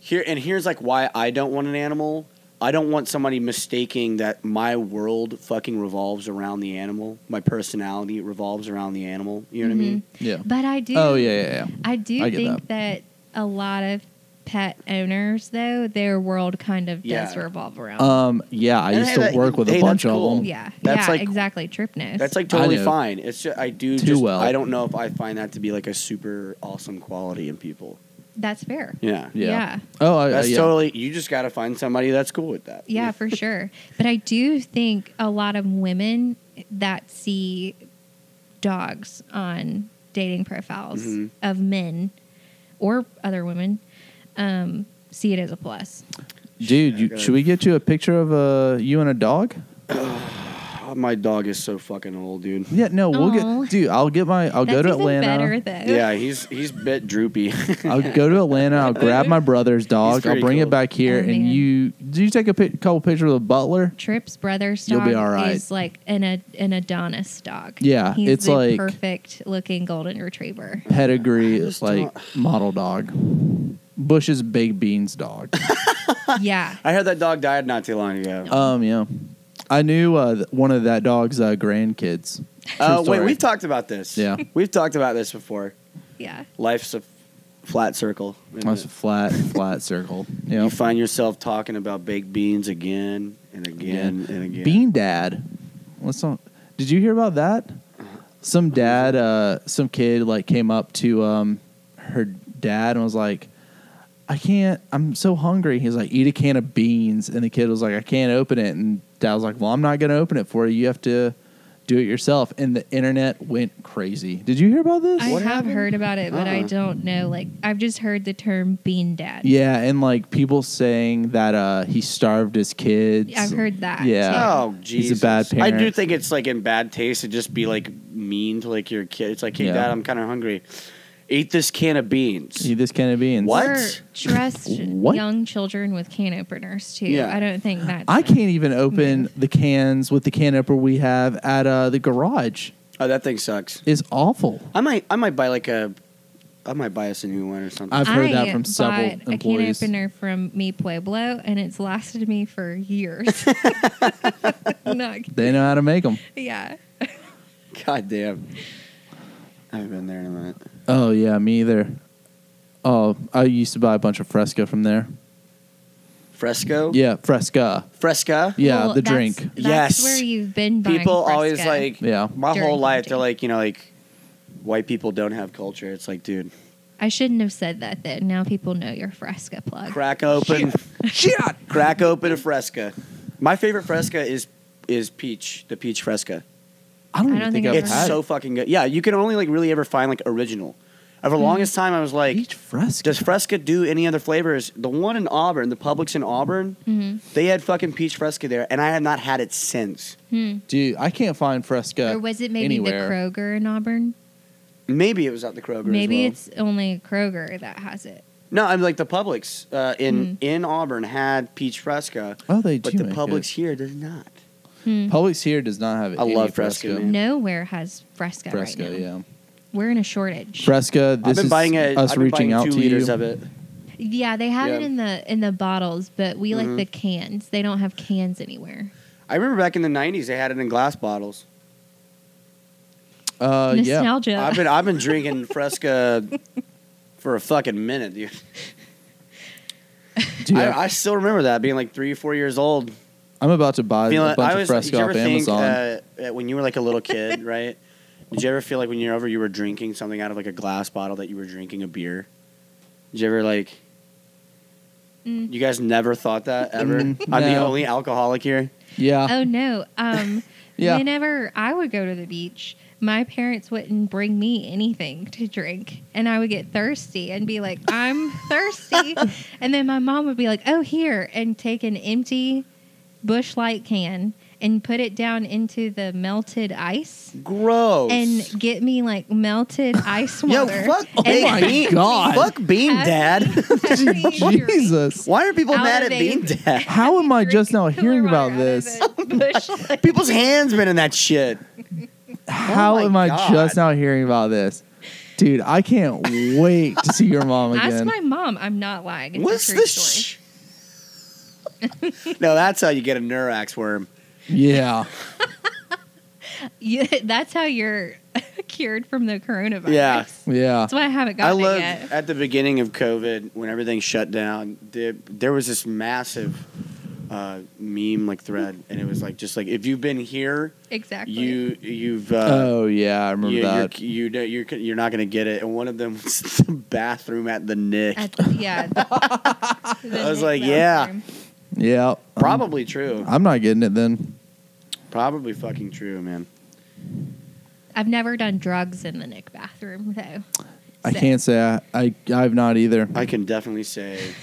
here and here's like why I don't want an animal. I don't want somebody mistaking that my world fucking revolves around the animal. My personality revolves around the animal. You know what I mean?
yeah.
but I do.
Oh yeah, yeah, yeah.
I do
I get
think that. a lot of pet owners though their world kind of does
Yeah.
revolve around.
Um, yeah. I
And
used
hey,
to
that-
work with a
hey,
bunch
that's
of
cool.
them.
yeah,
that's
yeah,
like-
exactly. Trip nose.
That's like totally
know.
fine. It's just I do
Too
just
well.
I don't know if I find that to be like a super awesome quality in people.
that's fair.
Yeah.
Yeah.
yeah.
Oh, I,
That's
yeah.
totally you just gotta find somebody that's cool with that.
Yeah, for sure. But I do think a lot of women that see dogs on dating profiles
Mm-hmm.
Mhm.
of men or other women um, see it as a plus.
dude.
I
You,
gotta-
should we get you a picture of uh, you and a dog?
Oh, my dog is so fucking old, dude.
Yeah. No, we'll
Aw.
get. Dude, I'll get my. I'll
That's
Oh, go to
even better
Atlanta.
though.
Yeah, he's he's bit droopy.
I'll go to Atlanta. I'll grab my brother's dog. I'll
pretty
bring
cool.
it back here,
Oh,
and
man.
you do you take a pic, couple pictures with Butler?
Trips Brothers
You'll
dog
be all right.
is like an Ad- an Adonis dog.
Yeah,
He's
it's
the
like-
perfect looking golden retriever.
Pedigree
I
is
just
like model dog. Bush's baked beans dog.
yeah.
I heard that dog died not too long ago.
um, yeah. I knew uh, th- one of that dog's uh, grandkids. True
Uh, wait,
story.
we've talked about this.
Yeah.
we've talked about this before.
Yeah.
Life's a flat circle. isn't
That's a
it?
flat, flat circle.
You
Yeah.
find yourself talking about baked beans again and again and again.
Bean Dad. What's on? Did you hear about that? Some dad, uh, some kid, like came up to um, her dad and was like, "I can't. I'm so hungry." He's like, "Eat a can of beans," and the kid was like, "I can't open it." And dad was like, "Well, I'm not going to open it for you. You have to do it yourself." And the internet went crazy. Did you hear about this?
I
What
have
happened?
heard about it, but I
Uh-uh.
don't know. Like I've just heard the term bean dad.
Yeah, and like people saying that uh, he starved his kids.
I've heard that.
Yeah.
too.
Oh,
He's
Jesus.
a bad
I do
parent.
think it's like in bad taste to just be like mean to like your kid. It's like, hey,
Yeah.
dad, I'm kind of hungry. Eat this can of beans.
See this can of beans.
What?
Or trust
What?
young children with can openers too.
Yeah.
I don't think that's
I
a-
can't even open the cans with the can opener we have at uh, the garage.
Oh, that thing sucks.
It's awful.
I might, I might buy like a, I might buy us a new one or something.
I've heard
I
that from several
bought
employees.
A can opener from Mi Pueblo, and it's lasted me for years. Not,
They know how to make them.
yeah.
God damn. I haven't been there in a minute.
Oh yeah, me either. Oh, I used to buy a bunch of Fresca from there.
Fresco.
Yeah, Fresca.
Fresca.
Yeah,
Well,
the
that's-
drink.
That's
Yes.
where you've been. Buying
People always
Fresca.
like.
Yeah.
My
During
whole life, they're
quarantine.
like, you know, like white people don't have culture. It's like, dude,
I shouldn't have said that. Then now people know your Fresca plug.
crack open.
Shit.
Crack open a fresca. My favorite fresca is is peach, the peach fresca.
I don't,
I
even
don't
think,
think I've
I've
It's
had
so fucking good. Yeah, you can only like really ever find like original. For
Mm.
the longest time, I was
it.
like,
Peach Fresca.
does fresca do any other flavors? The one in Auburn, the Publix in Auburn,
hmm
they had fucking peach fresca there, and I have not had it since.
Hmm.
Dude, I can't find Fresca.
Or was it maybe
anywhere.
the Kroger in Auburn?
Maybe it was at the Kroger. as
Maybe
well.
it's only Kroger that has it.
no. I'm like the Publix uh, in
Mm.
in Auburn had peach fresca,
Oh, they do.
but the
make
Publix
it.
here does not.
Hmm.
Publix here does not have it.
I love Fresca, man.
Nowhere has Fresca,
Fresca,
right now.
yeah.
We're in a shortage.
Fresca. This
I've been
is
buying it.
us
I've been
reaching
buying
out
two
to
liters
you.
of it.
yeah, they have it
Yeah.
in the in the bottles, but we like
Mhm.
the cans. They don't have cans anywhere.
I remember back in the '90s, they had it in glass bottles.
Uh, yeah.
Nostalgia.
I've been I've been drinking Fresca for a fucking minute, dude.
Dude, I,
I, I still remember that being like three, four years old.
am about to buy
Feeling,
a bunch
I
of
was. did
Fresca
you
off
ever think
Amazon.
uh, uh, when you were like a little kid, right? Did you ever feel like when you're over, you were drinking something out of like a glass bottle that you were drinking a beer? Did you ever like?
Mm.
You guys never thought that ever. I'm
Mm,
the
no.
only alcoholic here.
yeah.
oh no. Um
Yeah.
whenever I would go to the beach, my parents wouldn't bring me anything to drink. And I would get thirsty and be like, I'm thirsty. and then my mom would be like, Oh here and take an empty bush light can and put it down into the melted ice.
Gross.
and get me like melted ice
Yo,
water.
fuck
Oh
Bean.
my
Bean.
God.
Fuck Bean Dad.
Jesus.
Jesus.
Why are people
Out
mad
of
at
a-
Bean Dad?
How am I just now hearing about this?
People's hands been in that shit.
How
Oh my
am I
God.
just now hearing about this? Dude, I can't wait to see your mom
Ask
again.
my mom. I'm not lying. It's
What's
a true
this?
story.
Sh- no, that's how you get a Neurax worm.
yeah.
Yeah, that's how you're cured from the coronavirus.
Yeah.
Yeah.
That's why I haven't
I
gotten
love
it yet.
at the beginning of COVID when everything shut down. There, there was this massive uh, meme like thread, and it was like just like if you've been here,
Exactly.
you you've uh,
oh, yeah. I
you,
remember
you're,
that.
you know you're you're not gonna get it. And one of them was the bathroom at the Nick.
At- yeah. I
was like, yeah.
Yeah. I'm-
Probably true.
I'm, not getting it then.
Probably fucking true, man.
I've never done drugs in the Nick bathroom though.
I
Sick.
can't say I, I, I've not either.
I can definitely say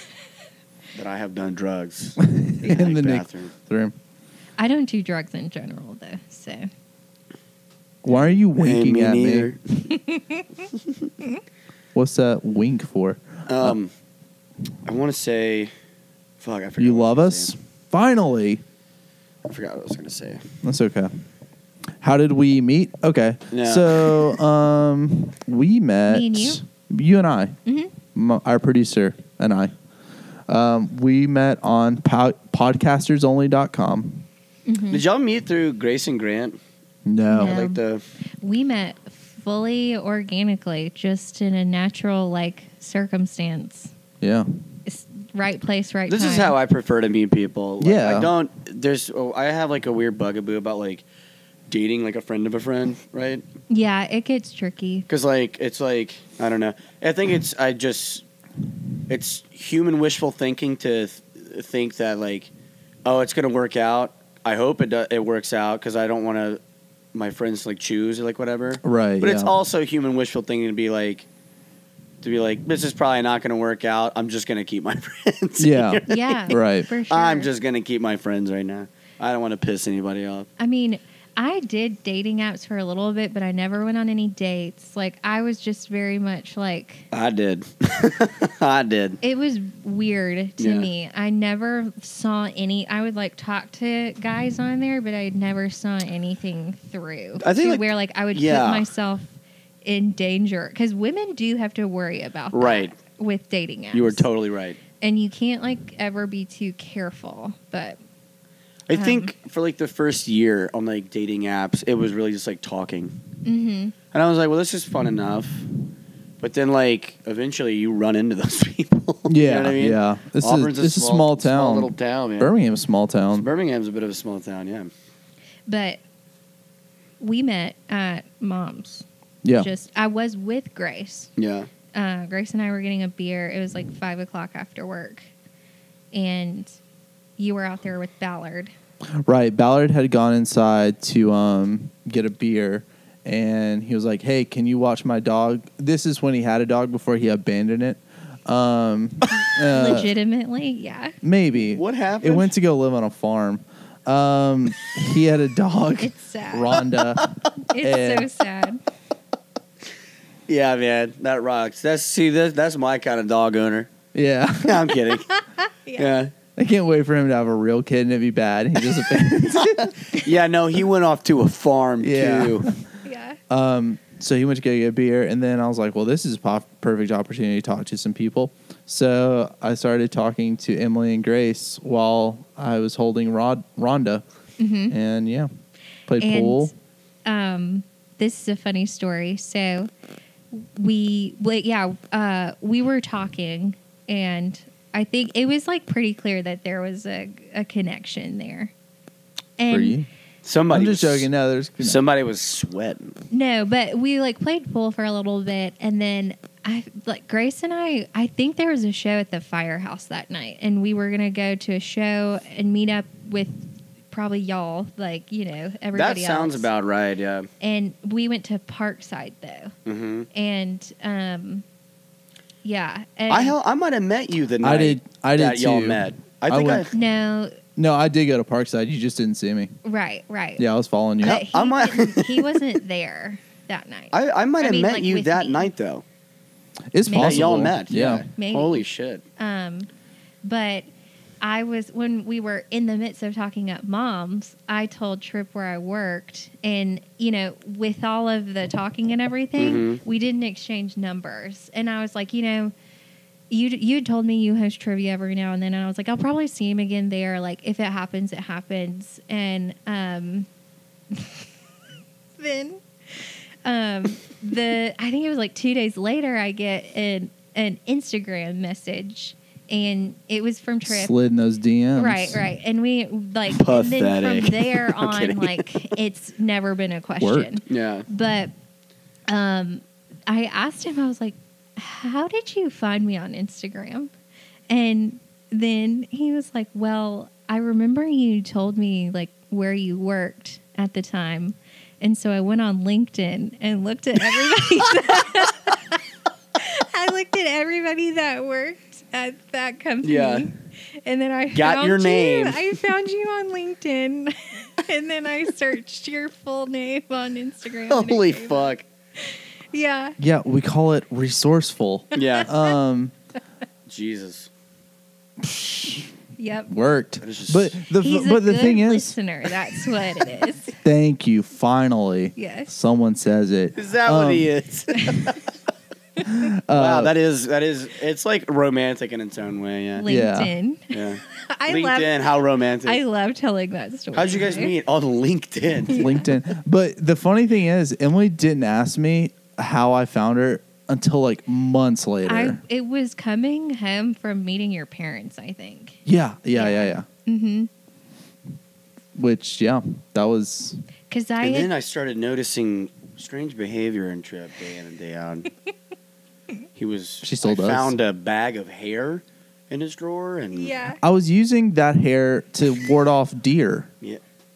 that I have done drugs
In the Nick-
bathroom.
Through.
I don't do drugs in general though. So
Why are you winking
me
at me?
neither.
What's that wink for?
Um, I want to say, fuck, I forgot.
You
what I
love us?
was gonna
Finally.
say. I forgot what I was gonna say.
That's okay. How did we meet? Okay.
Yeah.
So um, we met.
Me and you?
You and I,
Mhm.
m- our producer and I. Um, we met on po- podcastersonly.com.
Mm-hmm. Hmm.
Did y'all meet through Grayson Grant?
No.
No.
Like the
we met fully organically, just in a natural like circumstance.
Yeah.
It's- right place, right
This
time.
is how I prefer to meet people. Like,
Yeah.
I don't. There's. Oh, I have like a weird bugaboo about like dating like a friend of a friend, right?
Yeah, it gets tricky.
Because like it's like I don't know. I think it's I just it's human wishful thinking to th- think that like oh it's gonna work out. I hope it do- it works out because I don't want to my friends like choose or like whatever.
Right.
But it's
yeah.
also human wishful thinking to be like to be like this is probably not gonna work out. I'm just gonna keep my friends.
Yeah.
Yeah,
Right.
For sure.
I'm just gonna keep my friends right now. I don't want to piss anybody off.
I mean, I did dating apps for a little bit, but I never went on any dates. Like I was just very much like
I did. I did.
it was weird to
Yeah.
me. I never saw any. I would like talk to guys on there, but I never saw anything through.
I think,
to
like-
where like I would
yeah.
put myself in danger because women do have to worry about that
Right.
with dating apps.
You were totally right.
and you can't like ever be too careful. But
I
Um,
think for like the first year on like dating apps, it was really just like talking.
hmm
And I was like, well, this is fun enough. But then like eventually you run into those people.
Yeah.
you know what I mean?
Yeah. This
Auburn's
is this is a small town.
little town, man.
Birmingham's a small town.
Birmingham's a bit of a small town, yeah.
but we met at mom's.
Yeah.
Just I was with Grace.
Yeah.
uh, Grace and I were getting a beer. It was like five o'clock after work, and you were out there with Ballard.
Right. Ballard had gone inside to um, get a beer, and he was like, "Hey, can you watch my dog?" This is when he had a dog before he abandoned it. Um, uh,
Legitimately, yeah,
Maybe
What
It
happened?
went to go live on a farm. Um, he had a dog,
it's sad.
Rhonda.
It's
Eh.
so sad.
Yeah, man. That rocks. That's see that, that's my kind of dog owner.
Yeah,
No, I'm kidding. yeah.
I can't wait for him to have a real kid and it be bad. He just abandons.
Yeah, no, he went off to a farm
Yeah.
too.
Yeah,
Um, so he went to go get a beer, and then I was like, "Well, this is a po- perfect opportunity to talk to some people." So I started talking to Emily and Grace while I was holding Rod Rhonda,
Mhm.
and yeah, played
And-
pool.
um, this is a funny story. So we, wait, yeah, uh, we were talking, and I think it was like pretty clear that there was a, a connection there. And
for you.
Somebody
I'm just
was-
joking. No, there's
Somebody was sweating.
No, but we like played pool for a little bit, and then I like Grace and I. I think there was a show at the firehouse that night, and we were gonna go to a show and meet up with probably y'all, like you know
That
everybody.
sounds
else.
about right, yeah.
And we went to Parkside though,
Mm-hmm.
and um, yeah. And
I hell, I might have met you the night
I did. I did
that y'all
too.
met.
I
I think I,
went-
No,
No, I did go to Parkside. You just didn't see me.
right, right.
Yeah, I was following you.
But he,
I might-
didn't- he wasn't there that night.
I, I might
I
have
mean,
met
like,
you
with
that
me.
night though.
It's
Maybe.
possible.
That y'all met. Yeah.
Maybe.
Holy shit.
Um, but I was when we were in the midst of talking up moms, I told Trip where I worked, and you know, with all of the talking and everything, we didn't exchange numbers, and I was like, you know. You you had told me you host trivia every now and then, and I was like, I'll probably see him again there. Like, if it happens, it happens. And um, then um, the I think it was like two days later, I get an an Instagram message, and it was from Trip.
Slid in those DMs.
Right, right, and we like and then
Pathetic.
from there
I'm
on,
kidding.
like it's never been a question.
Yeah.
But um, I asked him, I was like, how did you find me on Instagram? And then he was like, well, I remember you told me like where you worked at the time. And so I went on LinkedIn and looked at everybody. that- I looked at everybody that worked at that company.
Yeah.
And then I
Got
found
your
you.
name.
I found you on LinkedIn. and then I searched your full name on Instagram. and it
Holy
came up.
fuck.
Yeah.
Yeah, we call it resourceful.
Yeah.
Um,
Jesus.
Yep.
worked.
That is just-
But the
He's
but
a
the
good
thing is,
listener. That's what it is.
thank you. Finally,
Yes.
someone says it.
Is that
Um, uh,
what he is? wow, that is that is it's like romantic in its own way, yeah.
Yeah.
LinkedIn.
yeah.
I
LinkedIn,
love.
how romantic.
I love telling that story.
How'd you guys meet? On LinkedIn.
LinkedIn. But the funny thing is, Emily didn't ask me how I found her until like months later.
I it was coming home from meeting your parents. I think.
yeah, yeah, yeah, yeah.
Mm-hmm.
Which yeah, that was
Because I
and
had-
then I started noticing strange behavior in Trip day in and day out. he was.
She still
I
does.
Found a bag of hair in his drawer, and
yeah.
I was using that hair to ward off deer.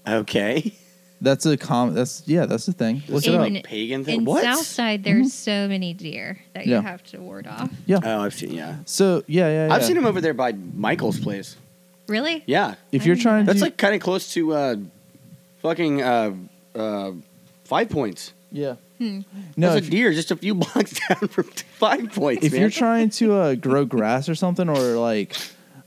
Okay.
That's a com. That's yeah. That's a thing. Look
This
it
is
up.
In-
a pagan thing.
In
what?
Southside, there's so many deer that
Mm-hmm. Yeah.
you have to ward off.
Oh, I've seen. Yeah.
So yeah, yeah, yeah.
I've seen him over there by Michael's place.
Really?
Yeah,
If you're
I didn't
trying,
know
to
that's like kind of close to uh, fucking uh, uh, Five Points.
yeah.
Hmm.
No,
that's
if-
a deer just a few blocks down from Five Points.
if
man.
you're trying to uh, grow grass or something, or like,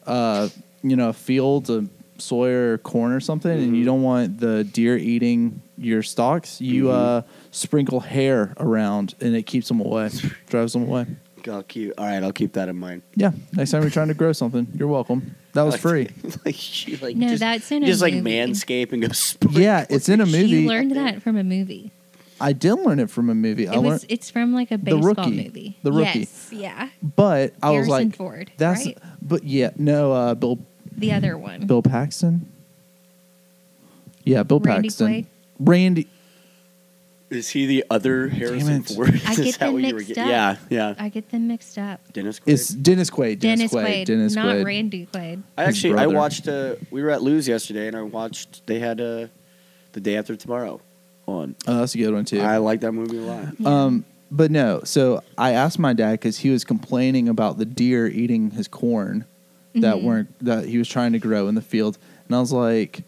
uh, you know, a field, a soy or corn or something, and
Mm-hmm.
you
Mhm.
don't want the deer eating your stalks, you
Mm-hmm.
uh, sprinkle hair around, and it keeps them away, drives them away.
I'll keep, all right, I'll keep that in mind.
Yeah, next time you're trying to grow something, you're welcome. That was
Like-
free.
like she, like
No,
just,
that's in a
just like
movie.
manscape and go. sp-
Yeah, it's in a
You
movie.
learned that from a movie.
I did learn it from a movie. I
it was.
learned,
It's from like a
The
baseball
Rookie.
movie.
The Rookie.
Yes. Yeah.
but I was
Harrison
like,
Ford.
that's.
right?
But yeah, no, uh, Bill
the other one.
Bill Paxton. Yeah, Bill
Randy
Paxton.
Quaid?
Randy.
Is he the other Harrison
it.
Ford?
I
Is
get
that
them
what you were
mixed
getting-
up.
Yeah, yeah.
I get them mixed up.
Dennis. Quaid.
It's Dennis Quaid. Dennis,
Dennis, Quaid,
Quaid. Dennis
not
Quaid.
Randy Quaid.
I
his
actually I
brother.
watched. Uh, we were at Lou's yesterday, and I watched. They had uh, the day after tomorrow on.
Oh, that's a good one too.
I like that movie a lot.
um, but no. So I asked my dad because he was complaining about the deer eating his corn that
Mhm.
weren't that he was trying to grow in the field, and I was like,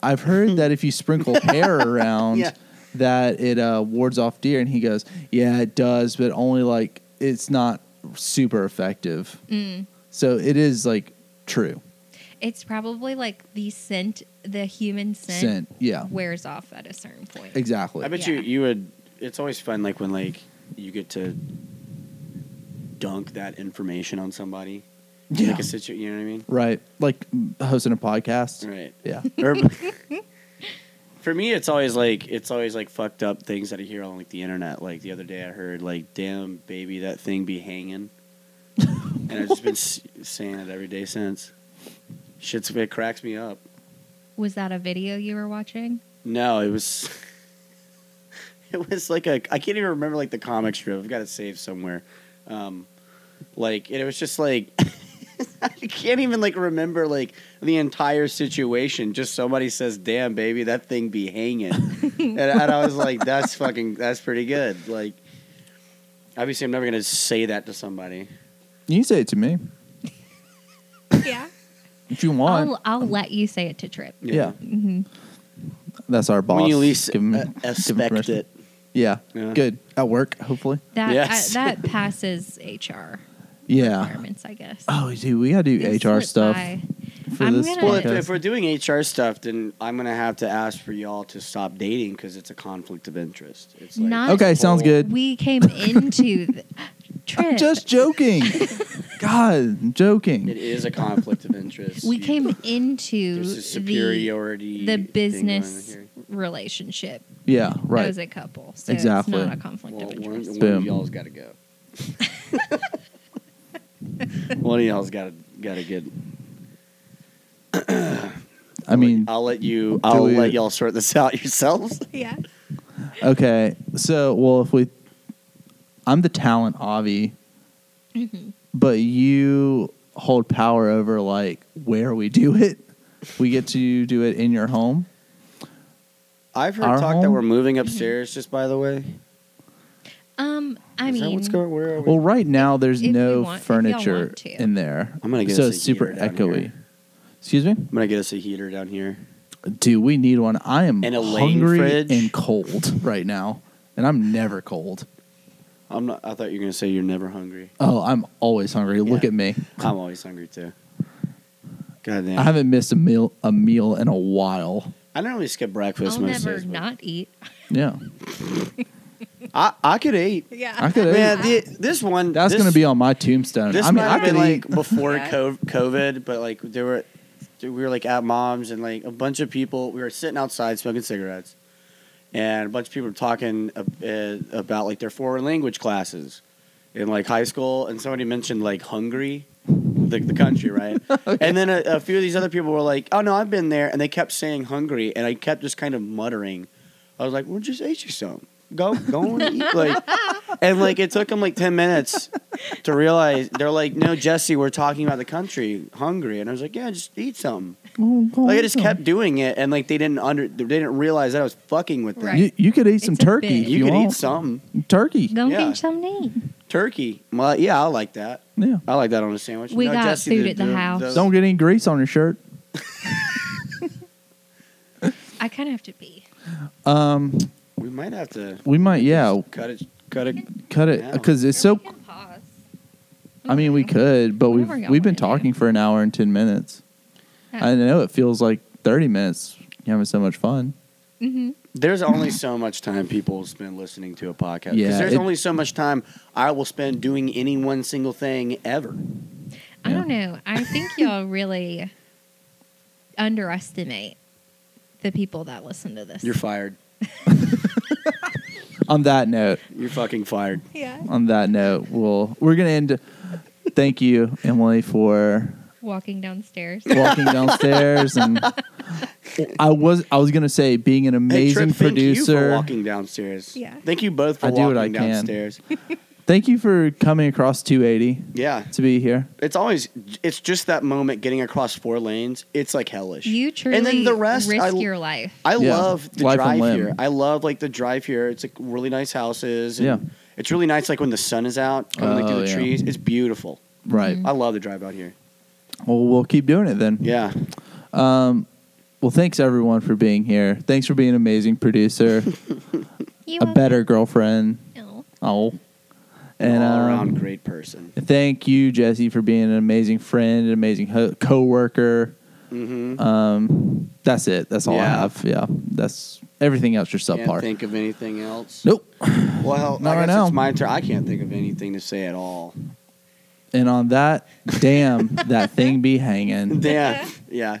I've heard that if you sprinkle hair around,
Yeah.
that it uh, wards off deer, and he goes, Yeah, it does, but only like it's not super effective.
Mm.
So it is like true
It's probably like the scent, the human scent,
scent. Yeah,
wears off at a certain point.
exactly.
I bet
Yeah.
you you would. It's always fun, like when like you get to dunk that information on somebody.
Yeah.
Like a situ- you know what I mean?
right. Like mm, hosting a podcast.
Right.
Yeah.
Or- for me, it's always like it's always like fucked up things that I hear on like the internet. Like the other day, I heard like, "Damn, baby, that thing be hanging," and I've just been s- saying it every day since. Shit's it cracks me up.
Was that a video you were watching?
No, it was. It was like a. I can't even remember like the comic strip. I've got it saved somewhere. Um, like and it was just like. I can't even like remember like the entire situation. Just somebody says, "Damn, baby, that thing be hanging," and, and I was like, "That's fucking. That's pretty good." Like, obviously, I'm never gonna say that to somebody.
You can say it to me
Yeah.
if you want.
I'll, I'll let you say it to Trip. Mm-hmm.
yeah. That's our boss.
When you least
Give him-
uh,
give him
expect
permission.
it.
Yeah.
Yeah.
Good. At work, hopefully.
That
Yes.
I- that passes HR
Yeah.
requirements, I guess.
Uh, Oh, dude, we gotta do
They
HR
slip
stuff
by.
for
I'm
this
gonna-
Well, if,
podcast.
if we're doing HR stuff, then I'm gonna have to ask for y'all to stop dating because it's a conflict of interest. It's like
Not-
okay, sounds good.
We came into the Trip.
I'm just joking. God, I'm
It
joking.
is a conflict of interest.
we
You-
came into
There's a
the,
superiority.
the
thing going on
business
here.
relationship
Yeah, right.
as a couple. So
Exactly.
it's not a conflict
Well,
of
one,
interest.
one of
Boom.
y'all's got to go. one of y'all's got to got to get.
I mean,
I'll let you. I'll
we-
let y'all sort this out yourselves.
Yeah.
okay. So, well, if we, I'm the talent, Avi,
Mm-hmm.
but you hold power over like where we do it. We get to do it in your home.
I've heard
Our
talk that
home?
we're moving upstairs. Just by the way,
Um, I
is
mean,
that what's going? Where are we?
Well, right now there's
if we
no
want- if y'all
furniture
want to.
in there.
I'm gonna get
so
us a
it's super
heater down
echoey.
here.
Excuse me,
I'm gonna get us a heater down here.
dude. We need one. I am
And a laying
hungry
fridge.
and cold right now, and I'm never cold.
I'm not. I thought you were gonna say you're never hungry.
Oh, I'm always hungry. Look
Yeah.
at me.
I'm always hungry too. God damn.
I
I,
haven't missed a meal a meal in a while.
don't really skip breakfast
I'll
most
never
days. but-
not eat.
Yeah,
I, I could eat.
Yeah.
I could.
Man, the, this one.
That's
this-
gonna be on my tombstone.
This
I mean,
might
I
have
could
been
like
like before
Yeah.
co- COVID, but like there were, we were like at mom's and like a bunch of people. We were sitting outside smoking cigarettes, and a bunch of people were talking uh, uh, about like their foreign language classes in like high school, and somebody mentioned like Hungary, the, the country, right? And then a, a few of these other people were like, "Oh no, I've been there," and they kept saying Hungary, and I kept just kind of muttering. I was like, "Well, just eat you some." Go, go and eat. like, and like it took them like ten minutes to realize they're like, no, Jesse, we're talking about the country, Hungary, and I was like, yeah, just eat something. Like I just kept doing it, and like they didn't under, they didn't realize that I was fucking with them.
Right.
You, you could eat some
It's a
turkey.
bit.
If
You,
you,
could
want.
eat something.
turkey.
Go
Yeah.
get some meat.
Turkey. Well, yeah, I like that.
Yeah.
I like that on a sandwich.
We got food at the house.
Don't get any grease on your shirt.
I kind of have to pee.
Um,
we might have to
we might, yeah,
cut it. Cut it.
cut it
Yeah.
because it's so.
Or we can pause.
I mean, we could, but we've
Whatever y'all
we've been
wanna do.
talking for an hour and ten minutes.
Yeah.
I know it feels like thirty minutes. You're having so much fun.
Mm-hmm.
There's only so much time people spend listening to a podcast. 'Cause
Yeah,
there's
it-
only so much time I will spend doing any one single thing ever.
I
Yeah.
don't know. I think y'all really underestimate the people that listen to this.
You're fired.
On that note,
You're fucking fired.
yeah.
on that note, we'll we're gonna end. Thank you, Emily, for
Walking downstairs.
walking downstairs and. I was I was gonna say being an
Hey,
amazing
Trip,
producer.
Thank you for walking downstairs.
Yeah.
Thank you both for
I do what
walking
I can.
downstairs.
Thank you for coming across 280
yeah.
to be here.
It's always it's just that moment getting across four lanes. It's like hellish.
You truly
and then the rest
risk
I,
your life.
I
Yeah.
love the
Life on
drive
limb.
here. I love like the drive here. It's like really nice houses. And
Yeah.
It's really nice like when the sun is out, coming like,
Oh,
through the
yeah.
trees. It's beautiful.
Right.
I love the drive out here.
Mm-hmm.
Well, we'll keep doing it then.
Yeah.
Well, thanks everyone for being here. Thanks for being an amazing producer,
You
a
won't
better girlfriend.
know.
Oh, and
All around
um,
great person.
thank you, Jesse, for being an amazing friend, an amazing ho- coworker.
Mm-hmm.
Um, that's it. That's all I
Yeah.
have. Yeah, that's everything else. You're
Can't
subpar.
think of anything else.
nope.
Well,
Not
I
right
guess
now.
it's my turn. I can't think of anything to say at all.
And on that, damn, that thing be hanging.
Yeah. Yeah.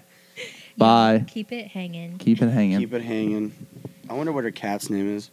Bye.
Keep it hanging.
Keep it hanging.
Keep it hanging. I wonder what her cat's name is.